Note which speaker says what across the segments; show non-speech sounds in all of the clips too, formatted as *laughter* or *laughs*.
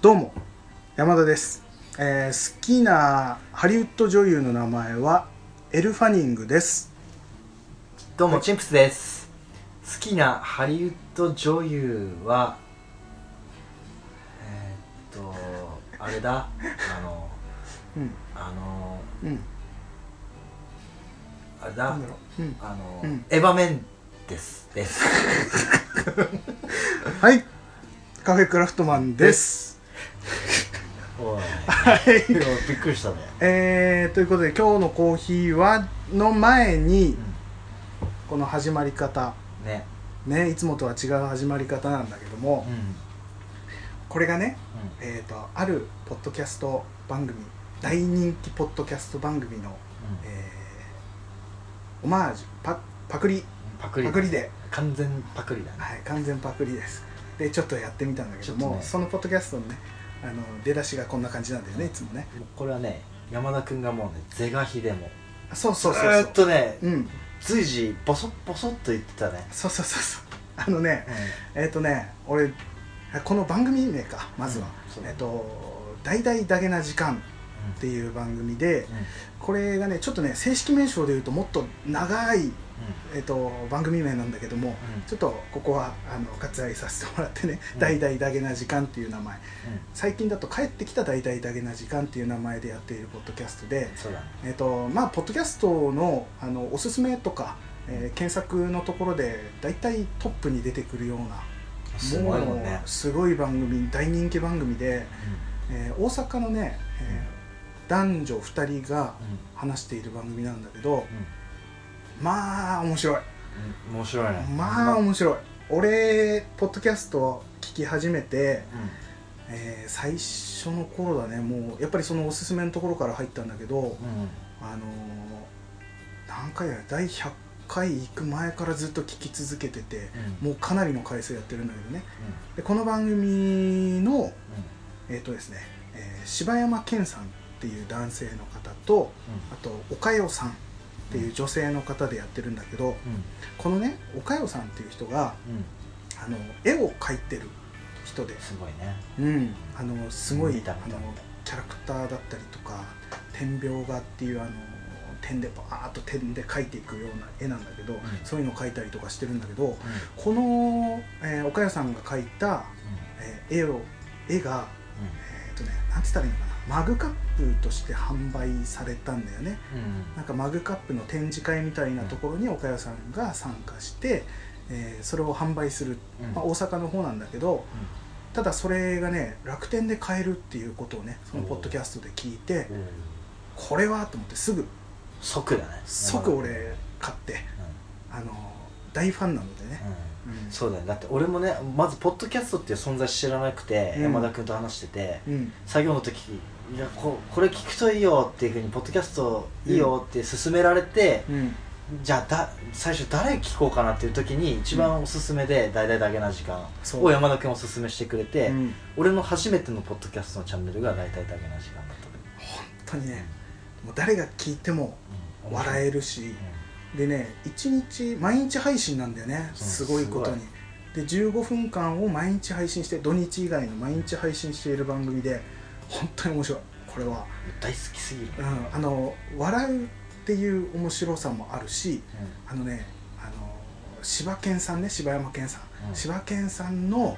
Speaker 1: どうも山田です、えー好きなハリウッド女優の名前はエル・ファニングです
Speaker 2: どうも、チンプスです。好きなハリウッド女優は、えーっと、あれだ、あの、
Speaker 1: うん
Speaker 2: あの、
Speaker 1: うん
Speaker 2: あれ
Speaker 1: な
Speaker 2: だ
Speaker 1: んだ、ろう、うん、
Speaker 2: あの、
Speaker 1: うん
Speaker 2: エヴァメンです。です。
Speaker 1: はいカフェクラフトマンです
Speaker 2: *laughs* おい、
Speaker 1: はい
Speaker 2: びっくりしたね。
Speaker 1: えー、ということで今日のコーヒーはの前にこの始まり方
Speaker 2: ね。
Speaker 1: ねいつもとは違う始まり方なんだけど
Speaker 2: う
Speaker 1: も
Speaker 2: ん。うん。
Speaker 1: これがねえー、とあるポッドキャスト番組大人気ポッドキャスト番組の、えーオマージュパパクリ
Speaker 2: パクリ。
Speaker 1: パクリ。で、
Speaker 2: 完全パクリだね。
Speaker 1: はい、完全パクリですでちょっとやってみたんだけど
Speaker 2: ちょっ
Speaker 1: も、
Speaker 2: とね
Speaker 1: そのポッドキャストのねあの出だしがこんな感じなんだよねいつもね
Speaker 2: もうこれはね、山田くんがもうね、是が非でも、
Speaker 1: そう
Speaker 2: ず
Speaker 1: そうそう
Speaker 2: ーっ
Speaker 1: そう
Speaker 2: とね、
Speaker 1: うん
Speaker 2: 随時、ボソッボソッと言ってたね。
Speaker 1: そうそうそうそうあのね
Speaker 2: うん
Speaker 1: えっ、とね俺この番組名かまずは、
Speaker 2: うんそう
Speaker 1: えっ、と「大々だげな時間」っていう番組で
Speaker 2: うん。うん
Speaker 1: これがねちょっとね正式名称でいうともっと長いえっと番組名なんだけども、
Speaker 2: うん
Speaker 1: ちょっとここはあの割愛させてもらってね「
Speaker 2: うん
Speaker 1: 大々だげな時間」っていう名前
Speaker 2: うん
Speaker 1: 最近だと「帰ってきた大々だげな時間」っていう名前でやっているポッドキャストで、
Speaker 2: そうだね
Speaker 1: えっとまあ、ポッドキャストのあのおすすめとか、えー検索のところで大体トップに出てくるような
Speaker 2: すごいもんね
Speaker 1: うすごい番組大人気番組で、えー大阪のね、えー男女2人が
Speaker 2: うん
Speaker 1: 話している番組なんだけど
Speaker 2: うん
Speaker 1: まあ面白い。
Speaker 2: うん面白いね
Speaker 1: まあ
Speaker 2: うん
Speaker 1: 面白い俺ポッドキャストを聞き始めて、えー最初の頃だねもうやっぱりそのおすすめのところから入ったんだけど
Speaker 2: うん
Speaker 1: あのー何回や第100回行く前からずっと聞き続けてて
Speaker 2: うん
Speaker 1: もうかなりの回数やってるんだけどねでこの番組のえっ、とですね、えー柴山健さんっていう男性の方とあと岡代さんっていう女性の方でやってるんだけど
Speaker 2: うん
Speaker 1: このね岡代さんっていう人が
Speaker 2: うんうん
Speaker 1: あの絵を描いてる人で、
Speaker 2: すごいね
Speaker 1: うん、あのすごい
Speaker 2: 見た
Speaker 1: あ
Speaker 2: 見た
Speaker 1: の
Speaker 2: 見た
Speaker 1: キャラクターだったりとか点描画っていうあの点でバーッと点で描いていくような絵なんだけど、そういうの描いたりとかしてるんだけど
Speaker 2: うん
Speaker 1: この、えー、岡谷さんが描いた、えー絵を絵が、えーとね、なんて言ったらいいのかなマグカップとして販売されたんだよね。
Speaker 2: うんうん
Speaker 1: なんかマグカップの展示会みたいなところに岡谷さんが参加して、えーそれを販売する、
Speaker 2: うん
Speaker 1: まあ、大阪の方なんだけどただそれがね楽天で買えるっていうことをねそのポッドキャストで聞いて
Speaker 2: うんうん
Speaker 1: これはと思ってすぐ
Speaker 2: 即だね
Speaker 1: 即
Speaker 2: うんうん
Speaker 1: 俺買ってあの大ファンなのでね、うん
Speaker 2: そうだねだって俺もねまずポッドキャストっていう存在知らなくて
Speaker 1: うん
Speaker 2: 山田君と話してて
Speaker 1: うん
Speaker 2: 作業の時いやここれ聞くといいよっていうふうにポッドキャストいいよって勧められて
Speaker 1: うん
Speaker 2: じゃあだ最初誰聞こうかなっていう時に一番おすすめで「大々だけな時間」
Speaker 1: そう
Speaker 2: を山田君おすすめしてくれて、
Speaker 1: うん
Speaker 2: 俺の初めてのポッドキャストのチャンネルが「大々だけな時間」だっ
Speaker 1: 本当にねもう誰が聞いても
Speaker 2: た、うん、
Speaker 1: 笑え
Speaker 2: る、
Speaker 1: るしでね一日毎日配信なんだよね
Speaker 2: そう
Speaker 1: すごいことにで15分間を毎日配信して土日以外の毎日配信している番組で本当に面白いこれは、
Speaker 2: うん大好きすぎる、
Speaker 1: う
Speaker 2: うん
Speaker 1: ん、あの笑うっていう面白さもあるしあのねあの柴犬さんね柴山健さん、
Speaker 2: うん
Speaker 1: 柴犬さんの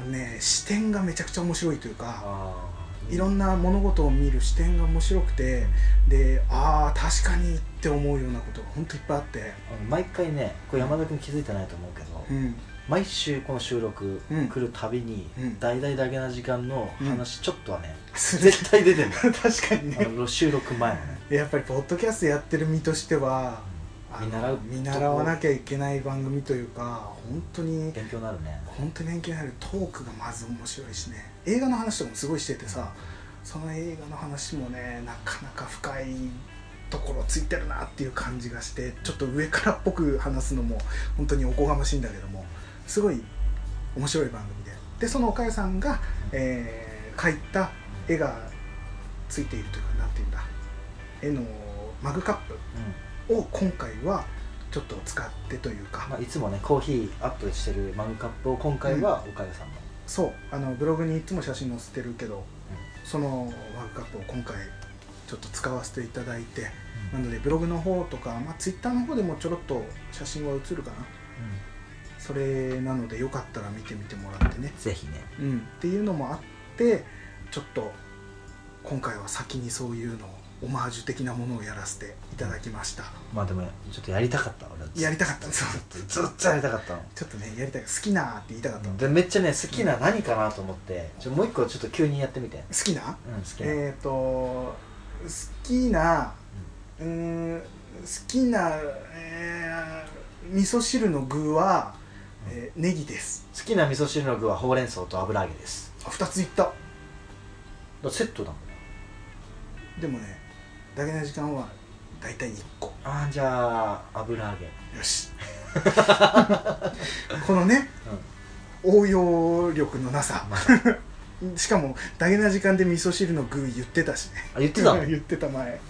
Speaker 2: う
Speaker 1: あ
Speaker 2: ん
Speaker 1: のね視点がめちゃくちゃ面白いというか
Speaker 2: あー
Speaker 1: いろんな物事を見る視点が面白くてでああ確かにって思うようなことが本当いっぱいあって
Speaker 2: 毎回ねこれ山田君気づいてないと思うけど、
Speaker 1: うん
Speaker 2: 毎週この収録
Speaker 1: うん
Speaker 2: 来るたびに
Speaker 1: うん
Speaker 2: 「大々だけな時間」の話ちょっとはね、
Speaker 1: する
Speaker 2: 絶対出てる
Speaker 1: *laughs* 確かにね
Speaker 2: の収録前のね
Speaker 1: やっぱりポッドキャストやってる身としてはあの
Speaker 2: 見習う
Speaker 1: 見習わなきゃいけない番組というか本当に
Speaker 2: 勉強になるね
Speaker 1: 本当に勉強になるトークがまず面白いしね映画の話とかもすごいしててさその映画の話もねなかなか深いところついてるなっていう感じがしてちょっと上からっぽく話すのも本当におこがましいんだけどもすごい面白い番組ででその岡谷さんが、えー描いた絵がついているというかなんていうんだ絵のマグカッ
Speaker 2: うん
Speaker 1: プを今回はちょっと使ってというか、
Speaker 2: まあ、いつもねコーヒーアップしてるマグカップを今回はおかゆさんの
Speaker 1: そうあのブログにいつも写真載せてるけどそのワールドカップを今回ちょっと使わせていただいてなのでブログの方とか、まあ、ツイッターの方でもちょろっと写真は写るかなそれなのでよかったら見てみてもらってね、
Speaker 2: ぜひね
Speaker 1: うん、っていうのもあってちょっと今回は先にそういうのをオマージュ的なものをやらせていただきました
Speaker 2: まあでもちょっとやりたかった俺はずっと
Speaker 1: やりたかったんですよ
Speaker 2: ずっとやりたかったの
Speaker 1: ちょっとねやりたい好きなーって言いたかったの、好
Speaker 2: でめっちゃね好きな何かなと思ってちょもう一個ちょっと急にやってみて
Speaker 1: きな
Speaker 2: うん好きな、
Speaker 1: えっ、と好きなうーん好きな、えー、味噌汁の具は、えー、ネギです
Speaker 2: 好きな味噌汁の具はほうれん草と油揚げです
Speaker 1: あ2ついった
Speaker 2: だからセットだもんね
Speaker 1: でもねだけな時間は大体1個
Speaker 2: ああじゃあ油揚げ
Speaker 1: よ
Speaker 2: *laughs*
Speaker 1: しこのね応用力のなさ
Speaker 2: うん、ま
Speaker 1: *laughs*
Speaker 2: あ、
Speaker 1: しかもダゲな時間で味噌汁の具言ってたしね
Speaker 2: あ言ってた
Speaker 1: *laughs*
Speaker 2: の
Speaker 1: 言ってた前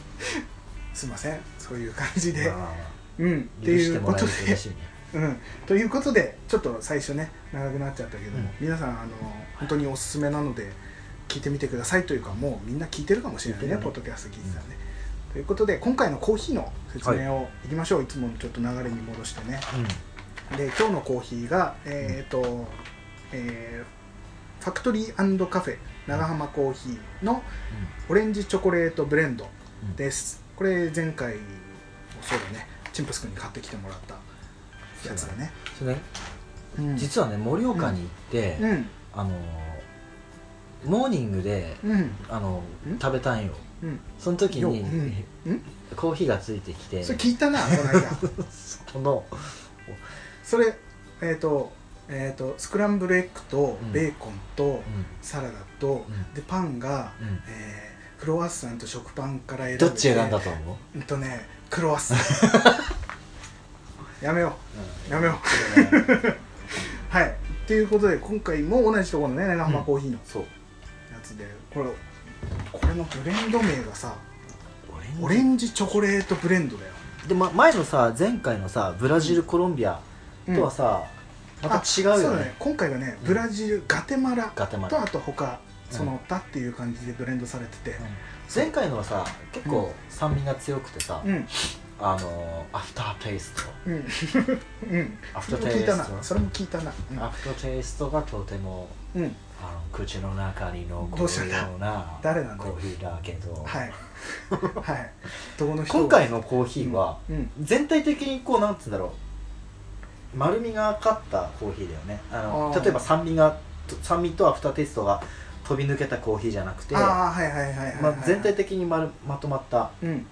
Speaker 1: すいませんそういう感じで
Speaker 2: まあ
Speaker 1: うんっ
Speaker 2: 許
Speaker 1: てい
Speaker 2: して
Speaker 1: う
Speaker 2: も
Speaker 1: こ
Speaker 2: らえ
Speaker 1: と
Speaker 2: る
Speaker 1: で
Speaker 2: と嬉しいね
Speaker 1: うん、ということでちょっと最初ね長くなっちゃったけども、
Speaker 2: うん
Speaker 1: 皆さんあの本当におすすめなので聞いてみてくださいというかもうみんな聞いてるかもしれない
Speaker 2: 聞い
Speaker 1: ね
Speaker 2: てるね
Speaker 1: ポッドキャスト聞いてたらね、ということで今回のコーヒーの説明をいきましょう、い、つものちょっと流れに戻してねで今日のコーヒーがえっ、と、えーファクトリーカフェ長浜コーヒーのオレンジチョコレートブレンド
Speaker 2: うんうん
Speaker 1: ですこれ前回そうだねチンプス君に買ってきてもらったやつだね
Speaker 2: それね
Speaker 1: うん
Speaker 2: 実はね盛岡に行って、
Speaker 1: うん
Speaker 2: あのーモーニングで、
Speaker 1: うん
Speaker 2: あのー
Speaker 1: ん
Speaker 2: 食べたんよ
Speaker 1: うん
Speaker 2: その時
Speaker 1: よ
Speaker 2: に、
Speaker 1: うんん
Speaker 2: コーヒーがついてきて
Speaker 1: それ聞いたなこの間
Speaker 2: *laughs* この
Speaker 1: それえっ、とえっ、とスクランブルエッグと
Speaker 2: うん
Speaker 1: ベーコンと
Speaker 2: う
Speaker 1: サラダと、
Speaker 2: うん
Speaker 1: でパンが、
Speaker 2: んうん
Speaker 1: えークロワッサンと食パンから選べて
Speaker 2: どっち選んだと思
Speaker 1: う
Speaker 2: う、
Speaker 1: んとねクロワッ
Speaker 2: *laughs*
Speaker 1: サンやめようやめようはいっていうことで今回も同じところのね長浜コーヒーの
Speaker 2: そう
Speaker 1: やつで、これこれのブレンド名がさオ
Speaker 2: オ
Speaker 1: レ
Speaker 2: レン
Speaker 1: ンジチョコレートブレンドだよ、
Speaker 2: ジで、ま、前のさ前回のさブラジル、コロンビア
Speaker 1: うん
Speaker 2: とはさ、また違うよ
Speaker 1: あ
Speaker 2: ね
Speaker 1: そうだね今回はねブラジル、ガテマラ
Speaker 2: ガテマ
Speaker 1: と
Speaker 2: ラ
Speaker 1: あと他その他っていう感じでブレンドされてて
Speaker 2: 前回のはさ結
Speaker 1: う
Speaker 2: 構
Speaker 1: ん
Speaker 2: 酸味が強くてさ、
Speaker 1: うん
Speaker 2: あのーアフターテイスト
Speaker 1: うん *laughs* うん
Speaker 2: アフ
Speaker 1: そ
Speaker 2: タ
Speaker 1: れ
Speaker 2: ー
Speaker 1: も聞
Speaker 2: テイ
Speaker 1: いたな
Speaker 2: ス
Speaker 1: それも聞いたな
Speaker 2: トアフターテイストがとても
Speaker 1: うん、うん、
Speaker 2: あの口の中に
Speaker 1: ど
Speaker 2: 残
Speaker 1: うした
Speaker 2: る
Speaker 1: んだ
Speaker 2: ような
Speaker 1: 誰なんだ
Speaker 2: コーヒーだけど *laughs*
Speaker 1: はいはいどこの人が
Speaker 2: 今回のコーヒーは、
Speaker 1: うんうん
Speaker 2: 全体的にこうなんつうんだろう丸みがかったコーヒーだよねあの
Speaker 1: あー
Speaker 2: 例えば酸味が酸味とアフターテイストが飛び抜けたコーヒーじゃなくて
Speaker 1: ああはいはいはいはいはいはい、
Speaker 2: まあ、全体的にまるまとまった
Speaker 1: うん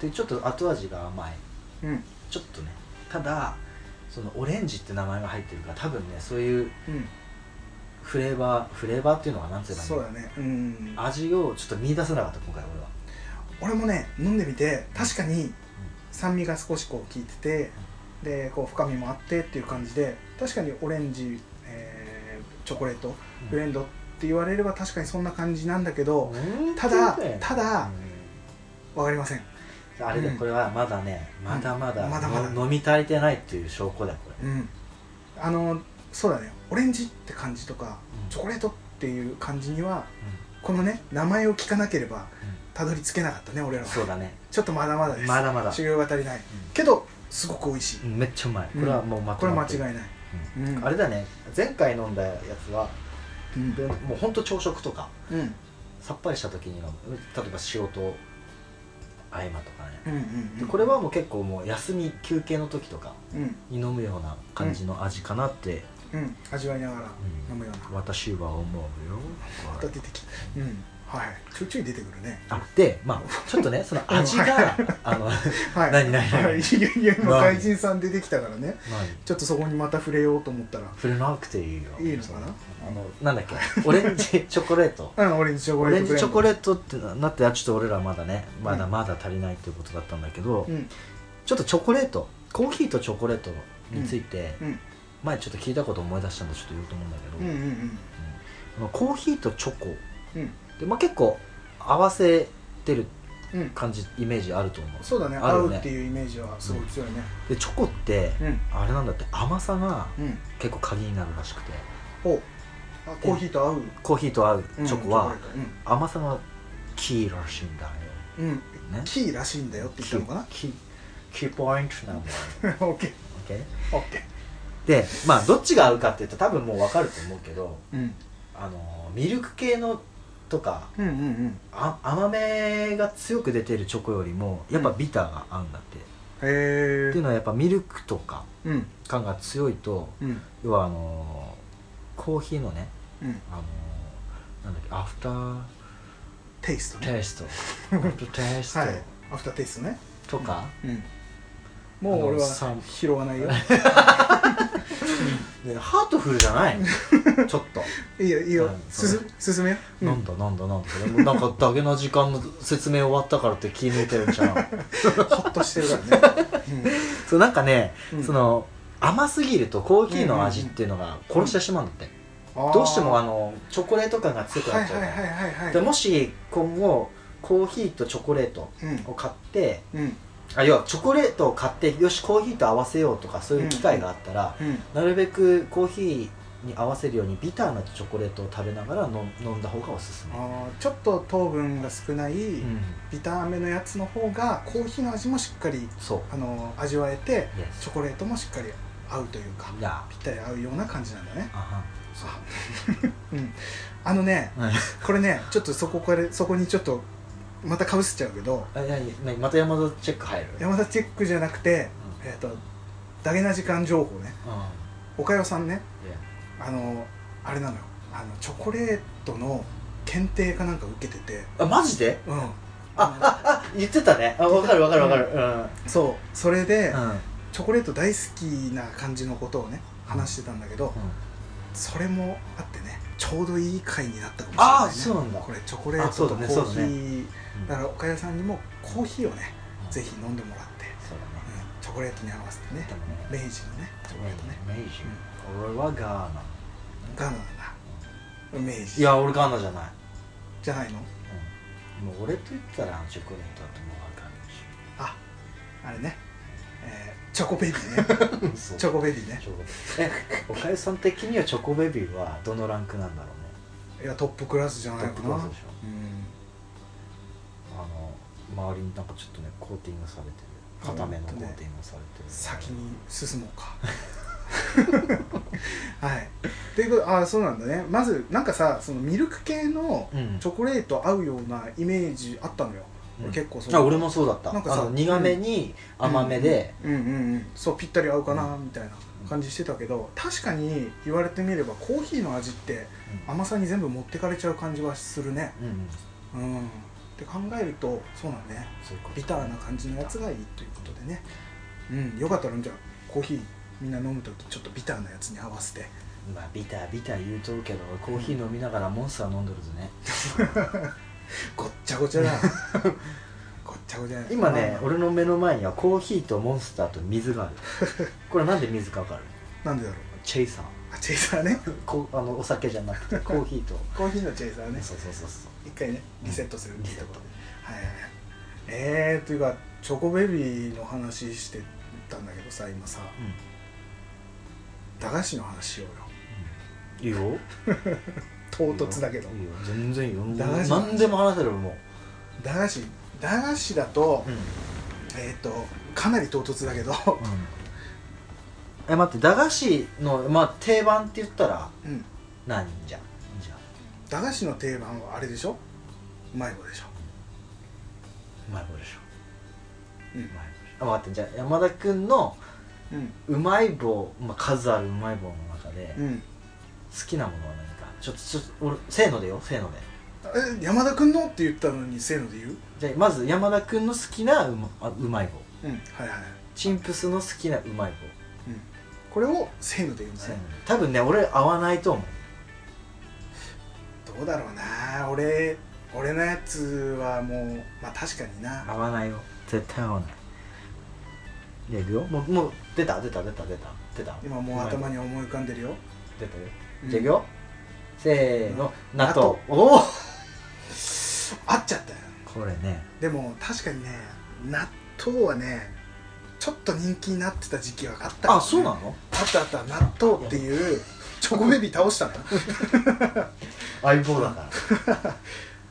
Speaker 2: でちょっと後味が甘い
Speaker 1: うん
Speaker 2: ちょっとねただそのオレンジって名前が入ってるから多分ねそういう
Speaker 1: うん
Speaker 2: フレーバーフレーバーっていうのはなんて言えばいい
Speaker 1: そうだねうん
Speaker 2: の味をちょっと見出せなかった今回俺は
Speaker 1: 俺もね飲んでみて確かに酸味が少しこう効いててでこう深みもあってっていう感じで確かにオレンジ、えーチョコレートブレンドって言われれば確かにそんな感じなんだけど
Speaker 2: うん
Speaker 1: ただ
Speaker 2: 本当よ
Speaker 1: ただわかりません
Speaker 2: うんあれで
Speaker 1: うん
Speaker 2: これはまだねまだまだ
Speaker 1: まだまだ
Speaker 2: の飲み足りてないっていう証拠だよこれ
Speaker 1: うんあのそうだねオレンジって感じとか
Speaker 2: うん
Speaker 1: チョコレートっていう感じには
Speaker 2: う
Speaker 1: このね名前を聞かなければ
Speaker 2: ん
Speaker 1: たどり着けなかったね俺ら
Speaker 2: うん
Speaker 1: は
Speaker 2: そうだね
Speaker 1: ちょっとまだまだです
Speaker 2: まだまだ
Speaker 1: 修行が足りない
Speaker 2: うん
Speaker 1: けどすごく美味しい
Speaker 2: めっちゃうまいこれはもうま
Speaker 1: これは間
Speaker 2: い
Speaker 1: 違いない、うん
Speaker 2: あれだね前回飲んだやつは
Speaker 1: うん
Speaker 2: でもうほんと朝食とか
Speaker 1: うんうん
Speaker 2: さっぱりした時に飲む例えば塩と合間とかね
Speaker 1: うんう
Speaker 2: で
Speaker 1: ん
Speaker 2: これはもう結構もう休み休憩の時とか
Speaker 1: うん
Speaker 2: に飲むような感じの味かなって、
Speaker 1: うん味わいながら飲むような、
Speaker 2: 私は思うよ
Speaker 1: また出てきたうんはいちょいちょい出てくるね
Speaker 2: あでまあちょっとねその味
Speaker 1: うん *laughs* は
Speaker 2: があの *laughs*
Speaker 1: はい
Speaker 2: 何何何
Speaker 1: はい、いやいや今
Speaker 2: 何
Speaker 1: 外人さん出てきたからねちょっとそこにまた触れようと思ったら
Speaker 2: 触れなくていいよ
Speaker 1: いいのかな
Speaker 2: あのなんだっけオレンジ *laughs* チョコレート
Speaker 1: うんオレンジチョコ
Speaker 2: オ
Speaker 1: レ
Speaker 2: レ
Speaker 1: ート
Speaker 2: ン
Speaker 1: ブ
Speaker 2: ジ
Speaker 1: レンド
Speaker 2: チョコレートってななってあちょっと俺らまだねまだまだ足りないっていうことだったんだけど、
Speaker 1: うん
Speaker 2: ちょっとチョコレートコーヒーとチョコレートについて、
Speaker 1: うん
Speaker 2: 前ちょっと聞いたこと思い出したんでちょっと言おうと思うんだけど、
Speaker 1: うんうん
Speaker 2: まあコーヒーとチョコ
Speaker 1: うん
Speaker 2: で、まあ、結構合わせてる
Speaker 1: うんうん
Speaker 2: 感じイメージあると思う
Speaker 1: そうだね
Speaker 2: あ
Speaker 1: 合
Speaker 2: るよ
Speaker 1: う
Speaker 2: ね
Speaker 1: っていうイメージはすごい強いね
Speaker 2: でチョコって
Speaker 1: うん
Speaker 2: あれなんだって甘さが
Speaker 1: うん
Speaker 2: 結構鍵になるらしくて
Speaker 1: おあコーヒーと合う
Speaker 2: コーヒーと合うチョコは、
Speaker 1: うんチョ
Speaker 2: 甘さのキーらしいんだね
Speaker 1: レートうん、
Speaker 2: ね
Speaker 1: うん、キーらしいんだよって言ったのかな
Speaker 2: キーキーポイントなんだよ
Speaker 1: オッケー
Speaker 2: OK
Speaker 1: オッケー
Speaker 2: でまあどっちが合うかっていうと多分もう分かると思うけど
Speaker 1: うん
Speaker 2: あのミルク系のとか
Speaker 1: うんうんうん
Speaker 2: あ甘めが強く出てるチョコよりもやっぱビターが合うんだって、
Speaker 1: へ
Speaker 2: っていう
Speaker 1: え
Speaker 2: のはやっぱミルクとか
Speaker 1: うん
Speaker 2: 感が強いと
Speaker 1: うん
Speaker 2: 要はあのーコーヒーのね
Speaker 1: うん
Speaker 2: あのーなんだっけアフター
Speaker 1: テイストね
Speaker 2: テイス
Speaker 1: *laughs*
Speaker 2: トアフターテイス
Speaker 1: はい
Speaker 2: ト
Speaker 1: アフターテイストね
Speaker 2: とか、
Speaker 1: うんもう俺
Speaker 2: あのさ
Speaker 1: は
Speaker 2: ん
Speaker 1: 拾わないよ
Speaker 2: ねハートフルじゃ *laughs* ないちょっと、
Speaker 1: いいよいいよ
Speaker 2: うん
Speaker 1: 進進めよう
Speaker 2: なんだなんだなんだでもなんかだけの時間の説明終わったからって気抜いてるじゃん
Speaker 1: ホッとしてるからね
Speaker 2: *laughs* そうなんかね、
Speaker 1: うんうん
Speaker 2: その甘すぎるとコーヒーの味っていうのが殺してしまうんだって、
Speaker 1: あー
Speaker 2: どうしてもあのチョコレート感が強くなっちゃう
Speaker 1: は
Speaker 2: か
Speaker 1: い
Speaker 2: ら、
Speaker 1: はいはいはい
Speaker 2: で
Speaker 1: はい
Speaker 2: もし今後コーヒーとチョコレートを買って
Speaker 1: うんうん
Speaker 2: あ要はチョコレートを買ってよしコーヒーと合わせようとかそういう機会があったら、
Speaker 1: うん
Speaker 2: なるべくコーヒーに合わせるようにビターなチョコレートを食べながら飲飲んだ方がおすす
Speaker 1: あ
Speaker 2: め、
Speaker 1: ーちょっと糖分が少ない
Speaker 2: うん、
Speaker 1: ビターめのやつの方がコーヒーの味もしっかり
Speaker 2: そう
Speaker 1: あの味わえて
Speaker 2: Yes
Speaker 1: チョコレートもしっかり合うというか
Speaker 2: いや
Speaker 1: ぴったり合うような感じなんだね
Speaker 2: あは
Speaker 1: あ *laughs* うんあのね
Speaker 2: はい
Speaker 1: これねちょっとそこからそこにちょっとまたかぶせちゃうけど
Speaker 2: *laughs* あいやいや何また山田チェック入る
Speaker 1: 山田チェックじゃなくて、
Speaker 2: う
Speaker 1: えっ、とダゲな時間情報ね
Speaker 2: うん
Speaker 1: 岡代さんね
Speaker 2: いや
Speaker 1: あのあれなのよあのチョコレートの検定かなんか受けてて
Speaker 2: あマジで
Speaker 1: うん
Speaker 2: あああ言ってたねあ分かる分かる分かるうん
Speaker 1: そうそれで、
Speaker 2: うん、
Speaker 1: チョコレート大好きな感じのことをね話してたんだけど、それもあってねちょうどいい回になったかもしれない、ね、
Speaker 2: あーそうなんだ
Speaker 1: これチョコレー
Speaker 2: あそ
Speaker 1: ト
Speaker 2: う
Speaker 1: と
Speaker 2: だ
Speaker 1: コ
Speaker 2: ね
Speaker 1: ー
Speaker 2: そう
Speaker 1: ヒ
Speaker 2: だ
Speaker 1: ー
Speaker 2: うん
Speaker 1: だから岡谷さんにもコーヒーをねぜ
Speaker 2: ひ
Speaker 1: ひ飲んでもらって、
Speaker 2: そうだね
Speaker 1: うんチョコレートに合わせてね
Speaker 2: でもね
Speaker 1: 明治のねチョコレートね
Speaker 2: 明治俺はガーナ
Speaker 1: ガーナだな明治
Speaker 2: いや俺ガーナじゃない、
Speaker 1: じゃないの
Speaker 2: うん、もう俺と言ったらチョコレートだともう分かるでし
Speaker 1: ああれね、えーチョコ
Speaker 2: *laughs*
Speaker 1: ベビーね
Speaker 2: ょそ
Speaker 1: *laughs*
Speaker 2: う
Speaker 1: チョコベビーね
Speaker 2: チョコえおかゆさん的にはチョコベビーはどのランクなんだろうね
Speaker 1: いやトップクラスじゃないかな
Speaker 2: トップクラスでしょ
Speaker 1: うん
Speaker 2: あの周りになんかちょっとねコーティングされてる固めのコーティングされてる、
Speaker 1: 先に進もう
Speaker 2: *laughs*
Speaker 1: かはいということああそうなんだねまずなんかさそのミルク系の
Speaker 2: うん
Speaker 1: チョコレート合うようなイメージあったのよ、
Speaker 2: うん
Speaker 1: 俺結構そ
Speaker 2: あ
Speaker 1: の
Speaker 2: 俺もそうだった
Speaker 1: なんかさ
Speaker 2: あの苦めに甘めで、
Speaker 1: うんうんうんそうぴったり合うかなみたいな感じしてたけど確かに言われてみればコーヒーの味って甘さに全部持ってかれちゃう感じはするね
Speaker 2: うんうん
Speaker 1: うんって考えるとそうなんね
Speaker 2: そういうこと
Speaker 1: ビターな感じのやつがいいということでねうんよかったらじゃあコーヒーみんな飲む時ちょっとビターなやつに合わせて
Speaker 2: まあビタービター言うとるけどコーヒー飲みながらモンスター飲んどるぞね、
Speaker 1: ごっちゃごち
Speaker 2: *laughs*
Speaker 1: ゃだごっちゃごちゃだ
Speaker 2: 今ね
Speaker 1: まあ
Speaker 2: 俺の目の前にはコーヒーとモンスターと水 *laughs* があるこれなんで水かわかる
Speaker 1: なんでだろう
Speaker 2: チェイサー
Speaker 1: あチェイサーね
Speaker 2: こあのお酒じゃなく *laughs* てコーヒーと
Speaker 1: コーヒーのチェイサーね
Speaker 2: そうそうそうそう
Speaker 1: 一回ねリセットするって
Speaker 2: リ
Speaker 1: いう
Speaker 2: セ
Speaker 1: と
Speaker 2: ッ
Speaker 1: こ
Speaker 2: ト
Speaker 1: ろではいはいはいえー、というかチョコベビーの話してたんだけどさ今さ
Speaker 2: うん、うん
Speaker 1: 駄菓子の話しようよ
Speaker 2: いいよ
Speaker 1: 唐突だけど
Speaker 2: いいよ全然いいよ
Speaker 1: 駄菓子
Speaker 2: 何でも話せるよも
Speaker 1: 駄菓子駄菓子だと、
Speaker 2: う、うん
Speaker 1: えっ、とかなり唐突だけど
Speaker 2: え待って駄菓子の、まあ、定番って言ったら
Speaker 1: うん
Speaker 2: 何じゃじゃ
Speaker 1: 駄菓子の定番はあれでしょうまい棒でしょ
Speaker 2: うまい棒でしょ
Speaker 1: う
Speaker 2: うまい棒あ待ってじゃあ山田君の
Speaker 1: うん
Speaker 2: うまい棒、まあ、数あるうまい棒の中で
Speaker 1: うん、うん、
Speaker 2: 好きなものは何かちょっとちょっと俺せーのでよせーので
Speaker 1: え山田君のって言ったのにせーので言う
Speaker 2: じゃあまず山田君の好きなうまあうまい棒
Speaker 1: うんはいはい、
Speaker 2: チンプスの好きなうまい
Speaker 1: うん、これをせーので言うん
Speaker 2: 棒、
Speaker 1: だね
Speaker 2: 多分ね俺合わないと思う
Speaker 1: どうだろうな俺俺のやつはもうまあ確かにな
Speaker 2: 合わないよ絶対合わないじゃあいくよもうもう出た出た出た出た出た
Speaker 1: 今もう頭に思い浮かんでるよ
Speaker 2: 出たよ
Speaker 1: うん
Speaker 2: じゃあいくよせーの
Speaker 1: 納
Speaker 2: 納豆
Speaker 1: 豆
Speaker 2: おお
Speaker 1: 合っちゃったよ
Speaker 2: これね
Speaker 1: でも確かにね納豆はねちょっと人気になってた時期はあったよね、
Speaker 2: あそうなの
Speaker 1: あったあった納豆っていうチョコベビー倒したのよ
Speaker 2: 相棒だか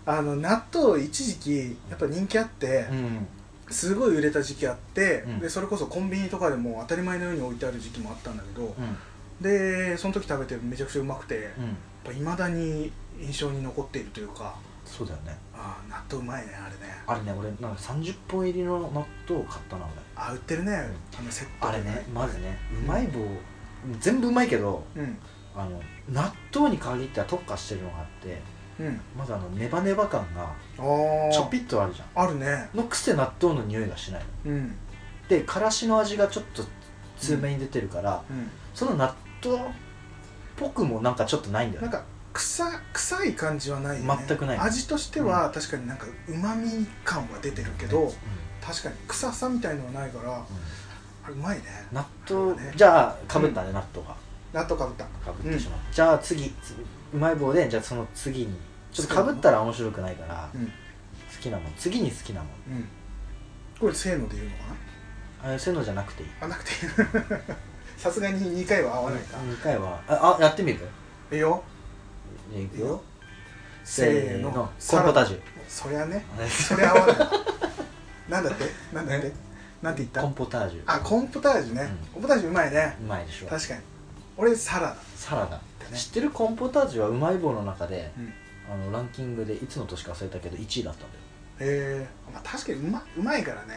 Speaker 1: あの納豆一時期やっぱ人気あって
Speaker 2: ら、うん
Speaker 1: すごい売れた時期あって、
Speaker 2: うん
Speaker 1: でそれこそコンビニとかでも当たり前のように置いてある時期もあったんだけど、
Speaker 2: うん
Speaker 1: でその時食べてめちゃくちゃうまくて、やっ
Speaker 2: うん
Speaker 1: ぱ未だに印象に残っているというか
Speaker 2: そうだよね
Speaker 1: ああ納豆うまいねあれね
Speaker 2: あれね俺なんか30本入りの納豆を買ったな俺
Speaker 1: あ売ってるねあのセット
Speaker 2: あ
Speaker 1: で
Speaker 2: れねまずねうまい棒全部うまいけど
Speaker 1: うん
Speaker 2: あの納豆に限っては特化してるのがあって
Speaker 1: うん
Speaker 2: まずあのネバネバ感が
Speaker 1: ああ
Speaker 2: ちょぴっとあるじゃん
Speaker 1: あるね
Speaker 2: のくせ納豆の匂いがしないの
Speaker 1: うん
Speaker 2: でからしの味がちょっと強めに出てるから、
Speaker 1: うん
Speaker 2: その納豆っぽくもなんかちょっとないんだよ
Speaker 1: なん
Speaker 2: ね
Speaker 1: か臭臭い感じはないよね
Speaker 2: 全くない
Speaker 1: 味としては確かになんかうまみ感は出てるけど、確かに臭さみたいのはないから
Speaker 2: うんうん
Speaker 1: あれうまいね
Speaker 2: 納豆、
Speaker 1: ね
Speaker 2: じゃあかぶったね、納豆が
Speaker 1: 納豆かぶった
Speaker 2: かぶってしまう、じゃあ次つうまい棒でじゃあその次にちょ
Speaker 1: 好
Speaker 2: っと
Speaker 1: きな
Speaker 2: か
Speaker 1: の
Speaker 2: ぶったら面白くないから
Speaker 1: うんうん
Speaker 2: 好きなもん次に好きなもん
Speaker 1: これせーので言うのかな
Speaker 2: あそういうのじゃなくていい
Speaker 1: あなくて *laughs* さすがに2回は合わないか、
Speaker 2: 2回はああやってみる
Speaker 1: いいよ
Speaker 2: じゃあいく
Speaker 1: いい
Speaker 2: よ
Speaker 1: よ
Speaker 2: せーのコーンポタージュ
Speaker 1: そりゃね
Speaker 2: あれ
Speaker 1: そりゃ合わないなんだってなんだって
Speaker 2: え
Speaker 1: なんて言っ
Speaker 2: コー
Speaker 1: た
Speaker 2: ンポタージュ
Speaker 1: あコーンポタージュね、
Speaker 2: うん
Speaker 1: コーンポタージュうまいね
Speaker 2: うまいでしょ
Speaker 1: 確かに俺サラダ
Speaker 2: サラダ
Speaker 1: だね
Speaker 2: 知ってるコーンポタージュはうまい棒の中で
Speaker 1: うん
Speaker 2: あのランキングでいつの年か忘れたけど1位だったんだよ
Speaker 1: えーまあ、確かにうまうまいからね、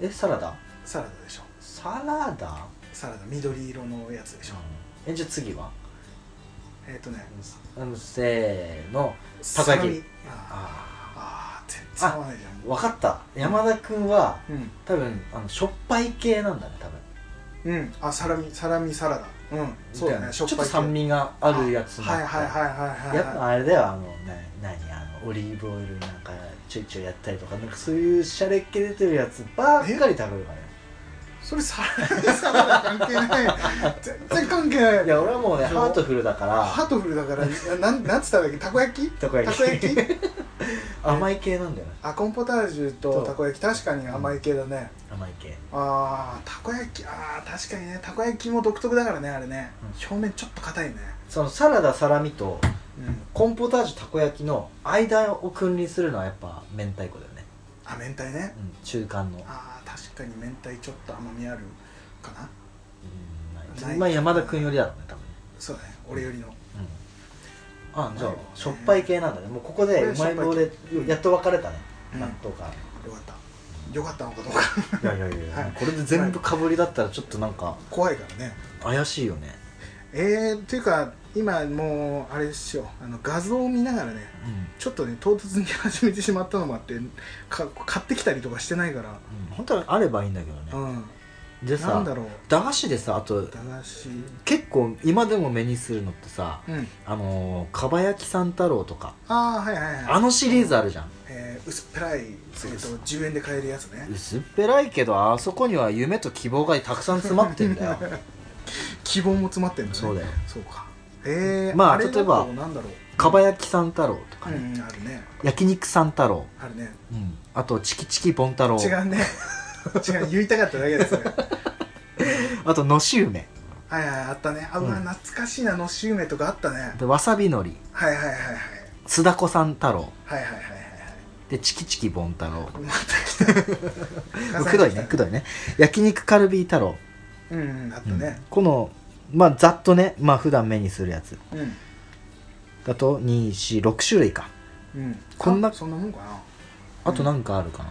Speaker 2: えサラダ
Speaker 1: サラダでしょ
Speaker 2: サラダ
Speaker 1: サラダ緑色のやつでしょ、
Speaker 2: えじゃあ次は
Speaker 1: えっ、とね
Speaker 2: うんせーのたこ
Speaker 1: サ
Speaker 2: 焼
Speaker 1: ラ
Speaker 2: き
Speaker 1: ミあー
Speaker 2: あ
Speaker 1: あー全然合わないじゃん
Speaker 2: ーわかった山田君は
Speaker 1: う
Speaker 2: 多分あのしょっぱい系なんだね多分
Speaker 1: ん、うん、あサラミサラミサラダうんそうだね
Speaker 2: ちょっと
Speaker 1: 系
Speaker 2: 酸味があるやつ
Speaker 1: はいはいはいはい
Speaker 2: やっ
Speaker 1: はい
Speaker 2: ぱあれだよあのな何あのオリーブオイルなんかちょいちょいやったりとかなんかそういうシャレっ気出てるやつばっかり食べるからね
Speaker 1: それサラミサラダ関係
Speaker 2: *laughs*
Speaker 1: ない全然関係ない
Speaker 2: いや俺はもうね
Speaker 1: そう
Speaker 2: ハートフルだか
Speaker 1: ハ
Speaker 2: ら
Speaker 1: ートフルだからなんなんつったんだっけたこ焼き
Speaker 2: たこ焼き
Speaker 1: たこ焼き
Speaker 2: 甘い系なんだよね
Speaker 1: あコーンポタージュ
Speaker 2: そ
Speaker 1: と
Speaker 2: う
Speaker 1: たこ焼き確かに甘い系だね
Speaker 2: 甘い系
Speaker 1: あーたこ焼きあー確かにねたこ焼きも独特だからねあれね、
Speaker 2: うん
Speaker 1: 表面ちょっと硬いね
Speaker 2: そのサラダサラミと
Speaker 1: うん
Speaker 2: コーンポタージュたこ焼きの間を君臨するのはやっぱ明太子だよね、
Speaker 1: あ明太ね
Speaker 2: うん、中間の
Speaker 1: あー確かに明太ちょっと甘みあるかな
Speaker 2: うん
Speaker 1: ない
Speaker 2: まあ山田君よりだろうね多分ね
Speaker 1: そうだね俺よりの
Speaker 2: うんあじゃあしょっぱい系なんだねもうここでうまい棒でやっと別れたね
Speaker 1: うん
Speaker 2: 納豆から、
Speaker 1: よかったよかったのかどうか *laughs*
Speaker 2: いやいやいやいや、
Speaker 1: はい
Speaker 2: これで全部かぶりだったらちょっとなんか
Speaker 1: 怖いからね
Speaker 2: 怪しいよね、
Speaker 1: えー、っていうか今もうあれですよあの画像を見ながらね
Speaker 2: うん
Speaker 1: ちょっとね唐突に始めてしまったのもあってか買ってきたりとかしてないから
Speaker 2: 本当はあればいいんだけど
Speaker 1: う
Speaker 2: ね、
Speaker 1: ん
Speaker 2: で
Speaker 1: な
Speaker 2: さ
Speaker 1: んだろう
Speaker 2: 駄菓子でさあと
Speaker 1: 駄菓子
Speaker 2: 結構今でも目にするのってさ
Speaker 1: うん
Speaker 2: あのーかば焼き三太郎とか
Speaker 1: ああはいはいはい
Speaker 2: あのシリーズあるじゃん
Speaker 1: えー、薄っぺらい、えー、と10円で買えるやつね
Speaker 2: 薄っぺらいけどあそこには夢と希望がたくさん詰まって
Speaker 1: *laughs*
Speaker 2: んだよ
Speaker 1: 希望も詰まってんだね
Speaker 2: そうだよ
Speaker 1: そうかえー、
Speaker 2: まあ
Speaker 1: れだと
Speaker 2: 例えば
Speaker 1: なんだろう
Speaker 2: かば焼き三太郎と
Speaker 1: う
Speaker 2: かね、
Speaker 1: んあるね
Speaker 2: 焼肉三太郎、
Speaker 1: あるね
Speaker 2: うん、あとチキチキボン太郎
Speaker 1: 違う
Speaker 2: *laughs*
Speaker 1: ね違う言いたかっただけですね
Speaker 2: あとのし梅
Speaker 1: はいはいあったねあうわ、
Speaker 2: うん
Speaker 1: 懐かしいなのし梅とかあったね
Speaker 2: でわさびのり
Speaker 1: はいはいはいはい
Speaker 2: 津田子三太郎
Speaker 1: はいはいはいはい
Speaker 2: でチキチキボン太郎
Speaker 1: はいまた来
Speaker 2: *laughs*
Speaker 1: た
Speaker 2: くどいねくどいね焼肉カルビ太郎、
Speaker 1: うんうんあった
Speaker 2: うん
Speaker 1: ね
Speaker 2: このまあざっとねまあ普段目にするやつ
Speaker 1: うん、
Speaker 2: だと246種類か
Speaker 1: うん、
Speaker 2: こんな
Speaker 1: あそんなもんかな
Speaker 2: あとなんかあるかな、